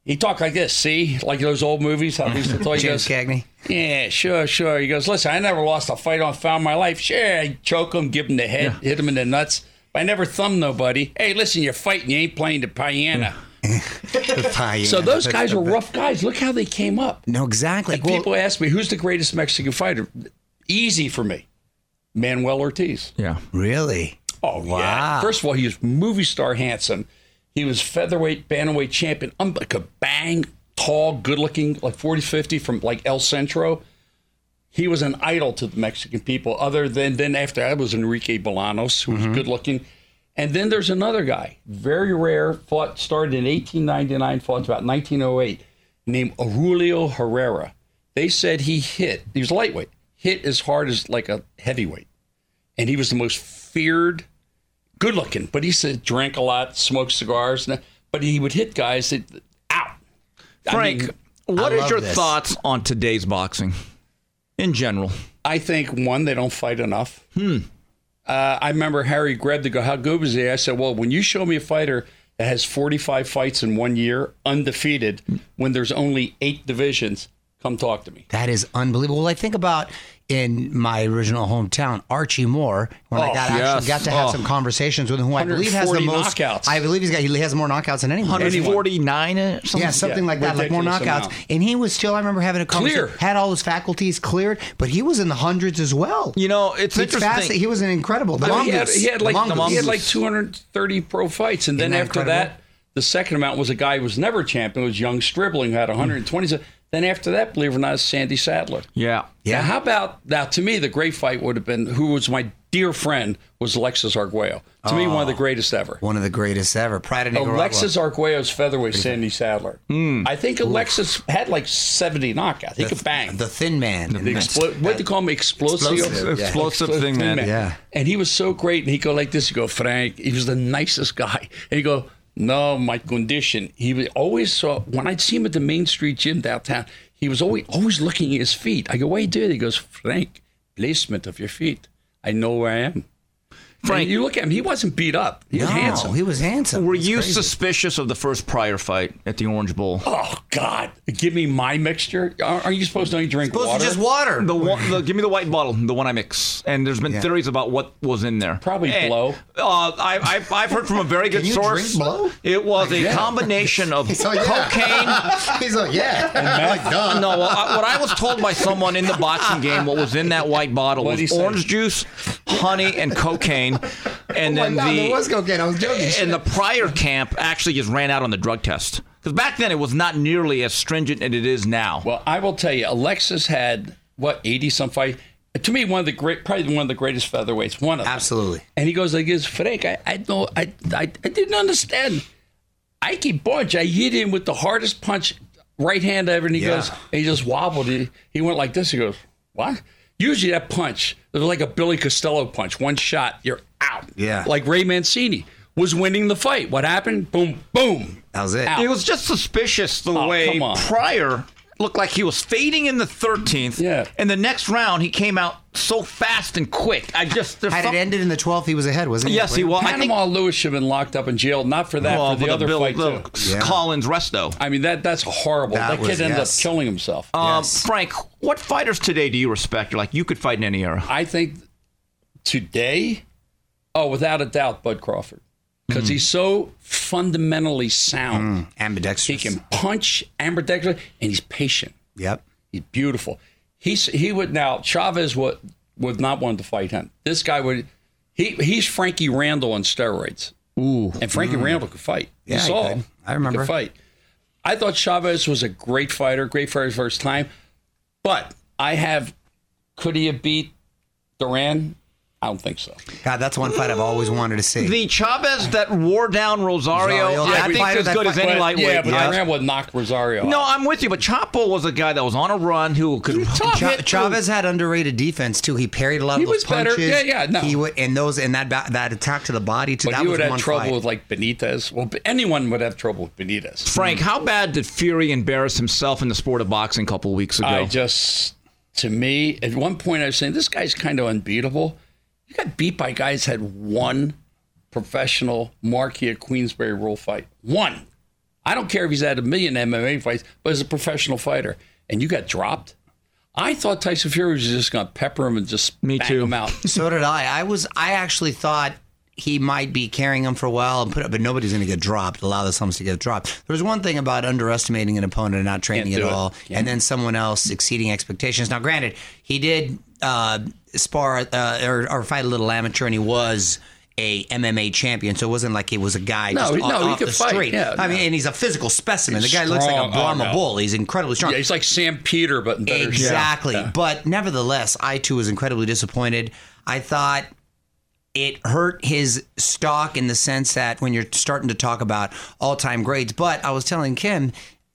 He talked like this. See, like those old movies. How he used to talk. He James goes, Cagney. yeah, sure, sure. He goes, listen, I never lost a fight on foul in my life. Sure, I choke him, give him the head, hit him in the nuts. But I never thumbed nobody. Hey, listen, you're fighting. You ain't playing the piano. [laughs] So those guys were rough guys. Look how they came up. No, exactly. Like Well, people ask me, who's the greatest Mexican fighter? Easy for me. Manuel Ortiz. Yeah. really? Oh, Wow. yeah. First of all, he was movie star handsome. He was featherweight, bantamweight champion. Um, like a bang, tall, good looking, like 40, 50 from like El Centro. He was an idol to the Mexican people, other than then after that was Enrique Bolanos, who was good looking. And then there's another guy, very rare, fought, started in 1899, fought about 1908, named Aurelio Herrera. They said he hit, he was lightweight, hit as hard as like a heavyweight and he was the most feared, good looking. But he said drank a lot, smoked cigars, and- but he would hit guys that out. I Frank, mean, What I is love your this. thoughts on today's boxing in general? I think one, they don't fight enough. Hmm. Uh, I remember Harry Greb to go, "How good was he?" I said, "Well, when you show me a fighter that has 45 fights in one year, undefeated, when there's only eight divisions, come talk to me." That is unbelievable. Well, I think about in my original hometown, Archie Moore, when I Oh, got yes. actually got to have Oh. some conversations with him, who I believe has the 140 most knockouts. I believe he's got he has more knockouts than anyone. 149 or something? Yeah, something like that, like more ridiculous knockouts. amount. And he was still, I remember having a conversation, Clear. had all his faculties cleared, but he was in the hundreds as well. You know, it's interesting. fascinating. He was an incredible. The I mean, he, had, longest- he had like the longest. he had like 230 pro fights, and then that after incredible? that, the second amount was a guy who was never champion. It was Young Stribling, who had 120. Then after that, believe it or not, is Sandy Sadler. yeah. Now, how about now? To me, the great fight would have been who was my dear friend was Alexis Arguello. To me, one of the greatest ever. one of the greatest ever. Pride of Nicaragua. Alexis Arguello's featherweight, Sandy Sadler. I think Alexis had like 70 knockouts. He could bang. the Thin Man. The explo- what do you call him? Explosive. Explosive, yeah. Explosive thing, man. Yeah. And he was so great. And he'd go like this. He'd go, Frank, he was the nicest guy. And he'd go, no, my condition. He was always saw, when I'd see him at the Main Street gym downtown, he was always always looking at his feet. I go, why you do it? He goes, Frank, placement of your feet. I know where I am. Frank, you look at him. He wasn't beat up. He no, was handsome. he was handsome. Were It's you crazy. suspicious of the first prior fight at the Orange Bowl? Oh God! Give me my mixture. Are, are you supposed to only drink Supposed to water? just water? [laughs] The one, the, give me the white bottle, the one I mix. And there's been theories about what was in there. Probably And, blow. Uh, I, I've, I've heard from a very good Can you source. drink blow? It was a combination of So, yeah. cocaine. He's like, yeah. I'm like, duh. No, well, I, what I was told by someone in the boxing game, what was in that white bottle What'd he was say? orange juice, honey, and cocaine, and Well, then no, there the was cocaine. I was joking. and the prior camp actually just ran out on the drug test because back then it was not nearly as stringent as it is now. Well, I will tell you, Alexis had what eighty some fight. To me, one of the great, probably one of the greatest featherweights. One of them. Absolutely. And he goes like this, Frank. I, I don't, I, I, I didn't understand. Ike Bunch, I hit him with the hardest punch, right hand ever, and he Yeah. goes, he just wobbled. He, he went like this. He goes, what? Usually that punch, it was like a Billy Costello punch. One shot, you're out. Yeah. Like Ray Mancini was winning the fight. What happened? Boom, boom. That was it. Out. It was just suspicious the Oh, way come on. prior looked like he was fading in the 13th. Yeah. And the next round, he came out so fast and quick. I just. there's Had some- it ended in the 12th, he was ahead, wasn't he? Yes, he was. I think. Panama Lewis should have been locked up in jail, not for that, Well, for the but other Bill, fight Bill too. Yeah. Collins resto. I mean that that's horrible. That That, was- kid ended yes. up killing himself. Um, Yes. Frank, what fighters today do you respect? You're like, you could fight in any era. I think today, oh, without a doubt, Bud Crawford, because he's so fundamentally sound. He Ambidextrous. can punch ambidextrous, and he's patient. Yep. He's beautiful. He's he would now Chavez would would not want to fight him. This guy would. He he's Frankie Randall on steroids. Ooh, and Frankie Randall could fight. Mm. Yeah, you he saw could. him. I He could remember. fight. I thought Chavez was a great fighter, great fighter his first time, but I have. Could he have beat Duran? I don't think so. God, that's one fight I've always wanted to see. The Chavez that wore down Rosario, Rosario, that I think fighter is as that good as fight- any But- lightweight. yeah, but Yeah. Duran would knock Rosario. No, out. I'm with you, but Chapo was a guy that was on a run who could tough. Cha- hit Chavez had underrated defense too. He parried a lot He of those was better. punches. Yeah, yeah, no. He would, and those and that ba- that attack to the body too. But that you was would have one trouble fight. with like Benitez. Well, anyone would have trouble with Benitez. Frank, how bad did Fury embarrass himself in the sport of boxing a couple weeks ago? I just, to me, at one point I was saying, this guy's kind of unbeatable. You got beat by guys that had one professional marquee at Queensberry rule fight. One. I don't care if he's had a million MMA fights, but as a professional fighter, and you got dropped. I thought Tyson Fury was just going to pepper him and just Me bang too. [laughs] him out. so did I. I was. I actually thought he might be carrying him for a while and put up, but nobody's going to get dropped. Allow the sums to get dropped. There's one thing about underestimating an opponent and not training Can't at do it. all, and then someone else exceeding expectations. Now, granted, he did uh, spar uh, or, or fight a little amateur, and he was. A MMA champion, so it wasn't like he was a guy No, just he- off, no, he off could the fight. street. Yeah, I no. mean, and he's a physical specimen. The guy looks like a strong. Oh, Brahma no. bull. He's incredibly strong. Yeah, he's like Sam Peter, but in better shape. Exactly. But nevertheless, I too was incredibly disappointed. I thought it hurt his stock in the sense that when you're starting to talk about all time grades, but I was telling Kim,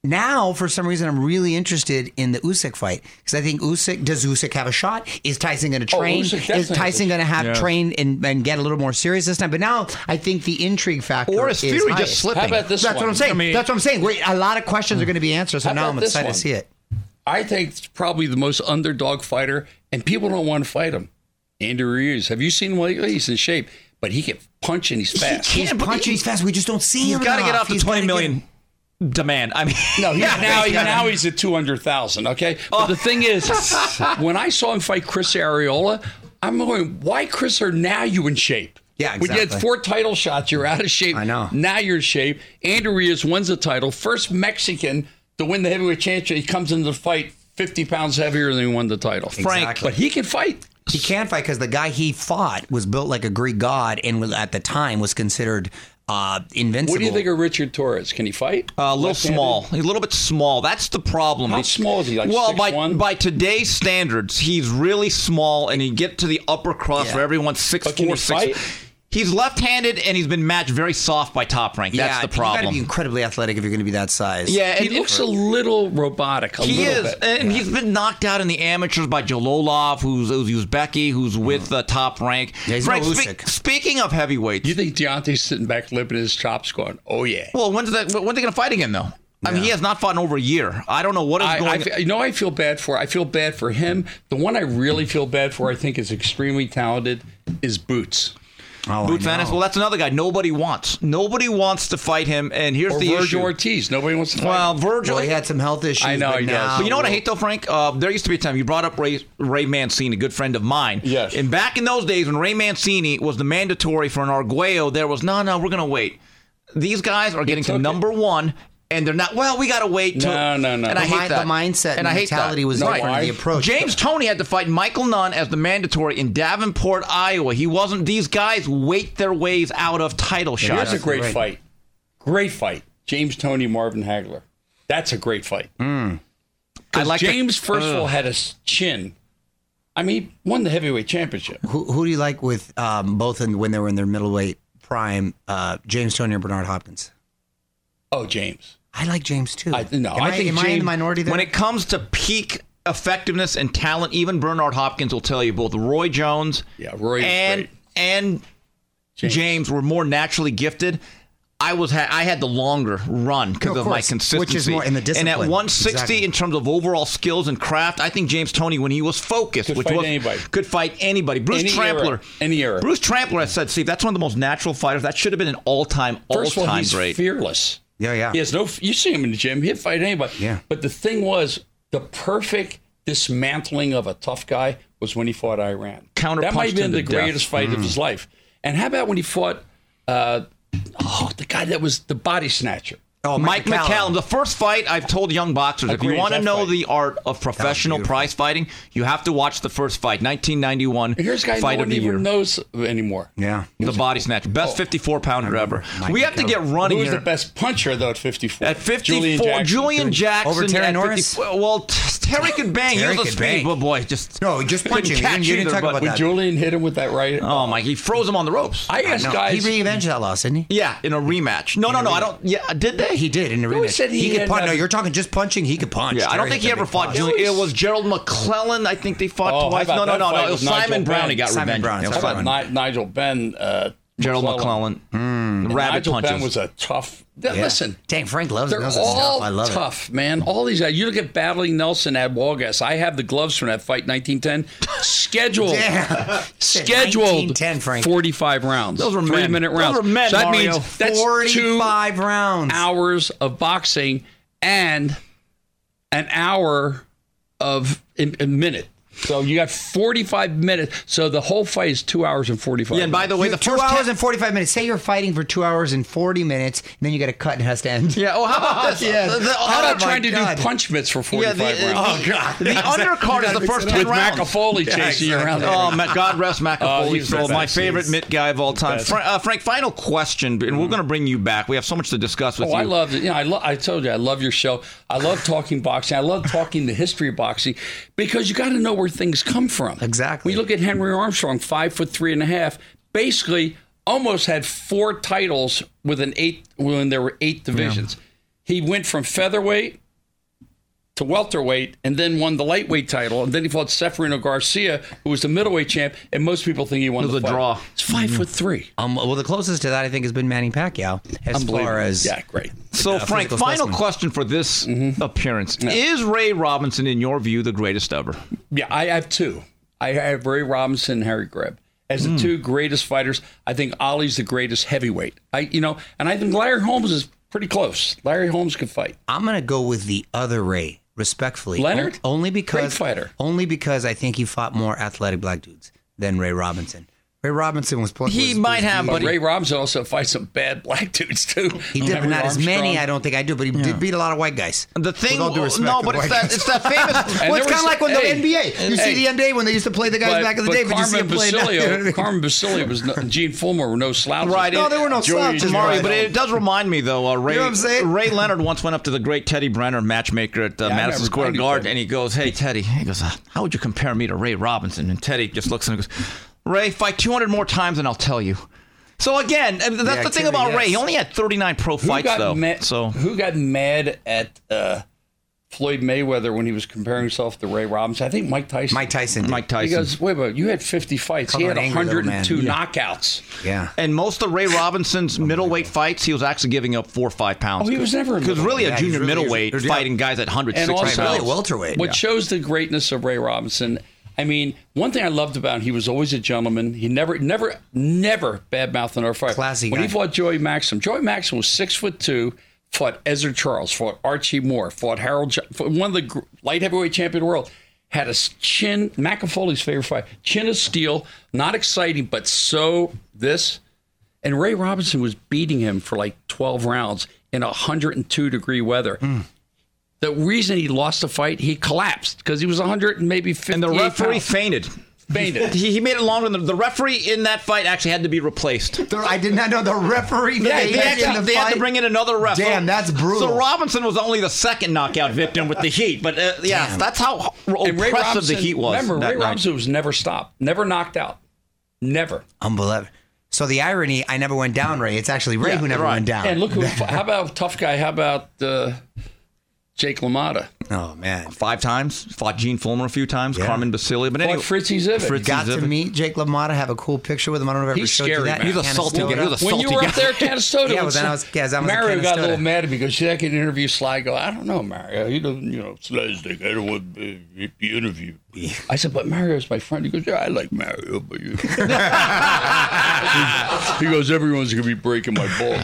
Now, for some reason, I'm really interested in the Usyk fight because I think Usyk does Usyk have a shot? Is Tyson going to train? Oh, Usyk is definitely Tyson going to have Yeah. train and, and get a little more serious this time? But now I think the intrigue factor Or is Fury highest. just slipping? How about this That's one? what I'm saying. I mean- hmm. That's what I'm saying. Wait, a lot of questions are going to be answered, so How now about I'm this excited one? to see it. I think it's probably the most underdog fighter, and people don't want to fight him. Andy Ruiz. Have you seen him lately? He's in shape, but he can punch and he's fast. can't- He's but punching. He's fast. We just don't see him. He's got to get enough. off the He's gotta twenty get- million demand. I mean, No, [laughs] he's now, he's got now him. he's at 200,000, okay? But the [laughs] thing is, when I saw him fight Chris Areola, I'm going, why, Chris, are now you in shape? Yeah, When you had exactly. four title shots, you're out of shape. I know. Now you're in shape. Andrew Rios wins the title. First Mexican to win the heavyweight championship. He comes into the fight 50 pounds heavier than he won the title. Frank, Exactly. But he can fight. He can fight because the guy he fought was built like a Greek god, and was, at the time was considered uh, invincible. What do you think of Richard Torres? Can he fight? Uh, a little Left-handed? small, a little bit small. That's the problem. How small is he, like well, by 6'1"? by today's standards, he's really small, and he get to the upper cross where everyone's six But can four he six. fight? He's left-handed, and he's been matched very soft by Top Rank. That's yeah, the You got problem. to be incredibly athletic if you're going to be that size. yeah, He and- looks a little robotic. A He little is, bit. and he's been knocked out in the amateurs by Jalolov, who's who's Uzbeki, who's Hmm. with uh, Top Rank. Yeah, he's no Frank, Usyk. speaking of heavyweights, You think Deontay's sitting back lipping his chops going, oh, yeah. well, when's that? When's they going to fight again, though? I mean, he has not fought in over a year. I don't know what is I, going. I fe- you know, I feel bad for. I feel bad for him. The one I really feel bad for, I think, is extremely talented, is Boots Oh, I Boots know. Ennis. Well, that's another guy nobody wants. Nobody wants to fight him. And here's or the Virgil issue. Ortiz. Nobody wants to. Fight. well, him. Virgil. Well, he had some health issues. I know but he does. now- But you know what I hate though, Frank? Uh, there used to be a time you brought up Ray, Ray Mancini, a good friend of mine. Yes. And back in those days when Ray Mancini was the mandatory for an Arguello, there was no, no, we're gonna wait. These guys are getting to took it. number one, and they're not. Well, we gotta wait. till- No, no, no. And I The hate mi- that the mindset and and I hate mentality that. was right. different, the approach. James Tony had to fight Michael Nunn as the mandatory in Davenport, Iowa. He wasn't. These guys wait their ways out of title shots. Here's a great fight. Great fight. James Tony, Marvin Hagler. That's a great fight. Hmm. I like the- James, first of all, had a s- chin. I mean, he won the heavyweight championship. Who, who do you like with um, both in, when they were in their middleweight prime, uh, James Tony and Bernard Hopkins? Oh, James. I like James too. I- no, am I I, think am I in James- the minority there? When it comes to peak effectiveness and talent, even Bernard Hopkins will tell you both Roy Jones Yeah, Roy is and great. and James. were more naturally gifted. I was ha- I had the longer run because No, of of, my course, which is consistency, more in the And at discipline. 160 Exactly. in terms of overall skills and craft, I think James Tony, when he was focused, Could which fight was anybody. could fight anybody. Bruce Any era. Trampler, Any era. Bruce Trampler, I said, Steve, that's one of the most natural fighters. That should have been an all-time, First of all, all-time he's great. fearless. yeah, yeah. He has no. You see him in the gym. He'd fight anybody. Yeah. But the thing was, the perfect dismantling of a tough guy was when he fought Iran. That might Counterpunched have been him the to death. Mm. greatest fight of his life. And how about when he fought? Uh, oh, the guy that was the body snatcher. Oh, Mike McCallum. the first fight I've told young boxers, if you Agreed, want to that know fight. the art of professional beautiful. prize fighting, you have to watch the first fight, 1991 Here's a guy fight no of one the even year, knows anymore. Yeah. the body snatch, best 54 pounder ever. Oh. Mike We have to McCallum. get running Who was here. the best puncher though at 54? At 54, Julian Jackson. Jackson Over Terry at Norris? 54 well, t- Terry could bang. Terry he was a could speed, bang. but boy, just No, just couldn't punching. You catch didn't- you didn't either, talk but- about When that. Julian hit him with that right. Oh my, he froze him on the ropes. I asked No, he guys. revenged that loss, didn't he? yeah, in a rematch. No, no, no. I don't. Yeah, did they? He did in the he rematch. said he could had punch. No, nothing- you're talking just punching. He could punch. Yeah, I don't Terry think hit he the ever big fought punch. Julian. It It was- was Gerald McClellan. I think they fought Oh, how twice. about No, no, that no, fight no. It was with Nigel Simon Brown. He Benn? got Simon revenge. Brown, It was that's How Simon right. about Ni- Nigel Ben? Uh, Gerald McClellan. Hmm, Rabbit Nigel punches. Ben was a tough. Yeah. Listen, dang, Frank loves it. They're Knows his all stuff. I love it. tough, man. All these guys. You look at battling Nelson at Walgas. I have the gloves from that fight, 1910. Scheduled, [laughs] Yeah. scheduled, 1910, Frank. 45 rounds. Those were three men. minute Those rounds. were men, so that Mario. means that's two Forty-five rounds. hours of boxing and an hour of in, a minute. So you got 45 minutes. So the whole fight is two hours and 45. Yeah, and by the way, the two first hours ten- and 45 minutes. Say you're fighting for two hours and 40 minutes, and then you got to cut and it has to end. yeah. Oh, how [laughs] about this? Yeah. The- the- how about my trying to God. do punch mitts for 45 yeah, the, uh, oh, rounds? Oh, the- God. [laughs] The undercard [laughs] is the first ten with rounds. McAfoley chasing you around. Oh, Ma- God rest [laughs] Oh, McAfoley. he's the Soul, my best. favorite mitt guy of all time. best. Hmm. Fra- uh, Frank, final question, and we're going to bring you back. We have so much to discuss with Oh, you. I love it. You know, I, lo- I told you, I love your show. I love talking boxing. I love talking the history of boxing because you got to know where things come from. Exactly. We look at Henry Armstrong, five foot three and a half, basically almost had four titles with an eight when there were eight divisions. He went from featherweight to welterweight and then won the lightweight title. And then he fought Seferino Garcia, who was the middleweight champ. And most people think he won It was the a fight. draw. Mm-hmm. It's 5 foot three. Um, well, the closest to that I think has been Manny Pacquiao, as far as yeah, great. So, Frank, physical final specimen. question for this appearance Is Ray Robinson, in your view, the greatest ever? Yeah, I have two. I have Ray Robinson and Harry Greb as the Hmm. two greatest fighters. I think Ollie's the greatest heavyweight. I, you know, and I think Larry Holmes is pretty close. Larry Holmes could fight. I'm gonna go with the other Ray, respectfully. Leonard? O- only because Great fighter. Only because I think he fought more athletic black dudes than Ray Robinson. Ray Robinson was pl- He was- might was have, the- but Ray Robinson also [laughs] fights some bad black dudes too. he did but not as many. I don't think I do, but he did beat a lot of white guys. the thing. all due respect no, to but the it's white that, guys. it's that famous. And well, it's kind there of was- like when hey, the NBA. You hey. see the NBA when they used to play the guys back in the day, but you see them Carmen play now. [laughs] Basilio, Carmen Basilio was no, and Gene Fulmer were no slouches. Right. No, it- they were no Joey slouches, Murray, right. but it does remind me though. Uh, Ray, know what I'm saying? Ray Leonard once went up to the great Teddy Brenner matchmaker at uh, I Madison remember Square Teddy Garden, Brenner. and he goes, "Hey Teddy," he goes, uh, "How would you compare me to Ray Robinson?" And Teddy just looks and goes, "Ray, fight 200 more times, and I'll tell you." So again, and that's the, thing activity, about Ray. yes. He only had 39 pro Who fights got though. ma- so who got mad at uh, Floyd Mayweather when he was comparing himself to Ray Robinson? I think Mike Tyson. Mike Tyson. Mike He Tyson. goes, wait a minute, you had 50 fights. he Called had an angry little man. 102 knockouts. Yeah. and most of Ray Robinson's middleweight fights, he was actually giving up four or five pounds. Oh, he was never a because really a Yeah, he's junior really- middleweight yeah. fighting guys at 160 also- pounds. Really welterweight. What shows the greatness of Ray Robinson. I mean, one thing I loved about him, he was always a gentleman. He never, never, never badmouthed another fighter. Classy When he guy. fought Joey Maxim, Joey Maxim was six foot two, fought Ezra Charles, fought Archie Moore, fought Harold, jo- fought one of the gr- light heavyweight champion of the world. Had a s- chin, McAfoley's favorite fight, chin of steel, not exciting, but so this. And Ray Robinson was beating him for like 12 rounds in 102 degree weather. Hmm. The reason he lost the fight, he collapsed because he was 100 and maybe 50. And the referee [laughs] fainted. fainted. He, he made it longer than the, the referee in that fight actually had to be replaced. The- I did not know the referee. Yeah, made they, it actually- in the they had to fight. bring in another ref. Damn, that's brutal. So Robinson was only the second knockout victim with the Heat, but uh, yeah, Damn. that's how ho- And Ray oppressive Robinson, the Heat was. Remember, that Ray night. Robinson was never stopped, never knocked out. Never. Unbelievable. So the irony, I never went down, Ray. It's actually Ray who never right. went down. And look who, [laughs] how about tough guy? How about uh, Jake LaMotta? oh man, Five times, fought Gene Fulmer a few times, Yeah. Carmen Basilia, but anyway, Fought Fritzy Zivit. Fritzy got to Zivit. meet Jake LaMotta. Have a cool picture with him. I don't know if I ever He's showed you scary, that. man. He's a Canastota. salty guy. He was a When you salty were guy. up there [laughs] at Canastota, Yeah, when was that- some- I was- yeah, that was at Mario got a little Canastota. mad at me because see, I can interview Sly. I Go, I don't know, Mario. You don't, you know, Sly's the guy that would uh, be interviewed. I said, but Mario's my friend. He goes, yeah, I like Mario, but [laughs] you. [laughs] he goes, everyone's gonna be breaking my [laughs] balls.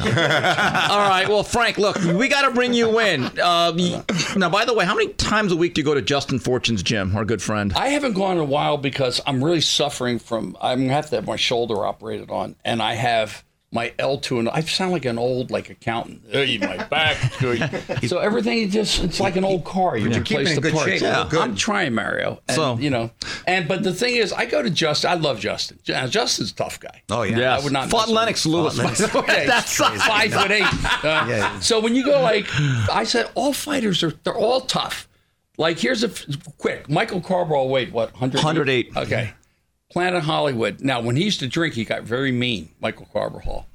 All right, well, Frank, look, we got to bring you in. Uh, y- now, by the way, how many times a week do you go to Justin Fortune's gym, our good friend? I haven't gone in a while because I'm really suffering from. I'm gonna have to have my shoulder operated on, and I have. My L two and I sound like an old like accountant. Hey, my back. [laughs] so everything is just it's like an old car. You keeping replace in the good parts. shape. Yeah. Good. I'm trying Mario. And, So- you know, and but the thing is, I go to Justin. I love Justin. Now, Justin's a tough guy. Oh yeah. Yes. I would not fought mess with Lennox Lewis. by [laughs] the way, Okay, at that size. five foot eight. Uh, So when you go like, I said, all fighters are they're all tough. Like here's a f- quick Michael Carball weighed what 100? 108. Okay, Planet Hollywood. Now when he used to drink, he got very mean. Michael Carball.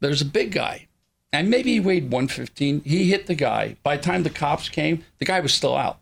There's a big guy, and maybe he weighed 115. He hit the guy. By the time the cops came, the guy was still out.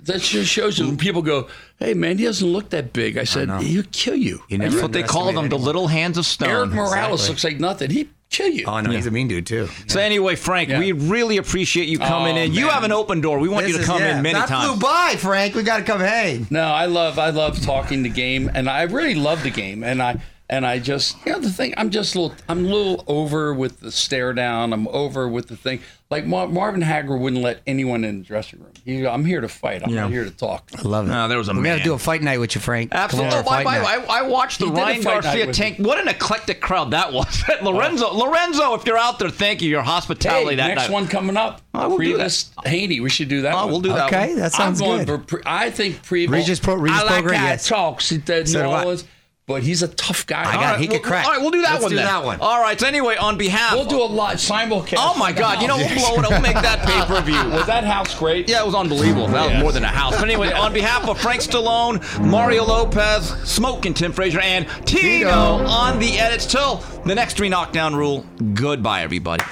That just shows you when people go, "Hey man, he doesn't look that big." I said, "He'll kill you." That's what they call them, the underestimate little hands of stone. Eric Morales looks like nothing. He'd kill you. anyone. Oh no, he's a mean dude too. So anyway, Frank, we really appreciate you Oh, coming in. You have an open door. We want you to is- come yeah, in many that times. flew by, Frank. We got to come hang. No, I love I love talking the game, and I really love the game, and I and I just you know the thing I'm just a little I'm a little over with the stare down. I'm over with the thing. Like Mar- Marvin Hagler wouldn't let anyone in the dressing room. He, go, I'm here to fight. I'm not here to talk. I love it. No, there was a we man. to do a fight night with you, Frank. Come Absolutely. over Oh, for by, fight by, night. I, I watched the did a Ryan fight night Garcia with Oh. tank. What an eclectic crowd that was. [laughs] Lorenzo, Lorenzo, if you're out there, thank you. Your hospitality Hey, that next night. one coming up. Oh, we'll do that. Previs Haney. We should do that. Oh, one. we'll do that. Okay, one. that sounds I'm going good. For pre- I think Prevo. Regis Pro- Regis I like Prograis, how yes. he talks. He does So do I. all this, but he's a tough guy. I got- he well, could crack. All right, we'll do that Let's one. do then. that one. All right. So anyway, on behalf. We'll do a lot simulcast. Oh my [laughs] from the God! You know, house. we'll blow it. We'll make that [laughs] pay per view. was that house great? Yeah, it was unbelievable. That was more than a house. But anyway, on behalf of Frank Stallone, Mario Lopez, Smoke and Tim Frazier, and Tino on the edits, till the next three knockdown rule. Goodbye, everybody.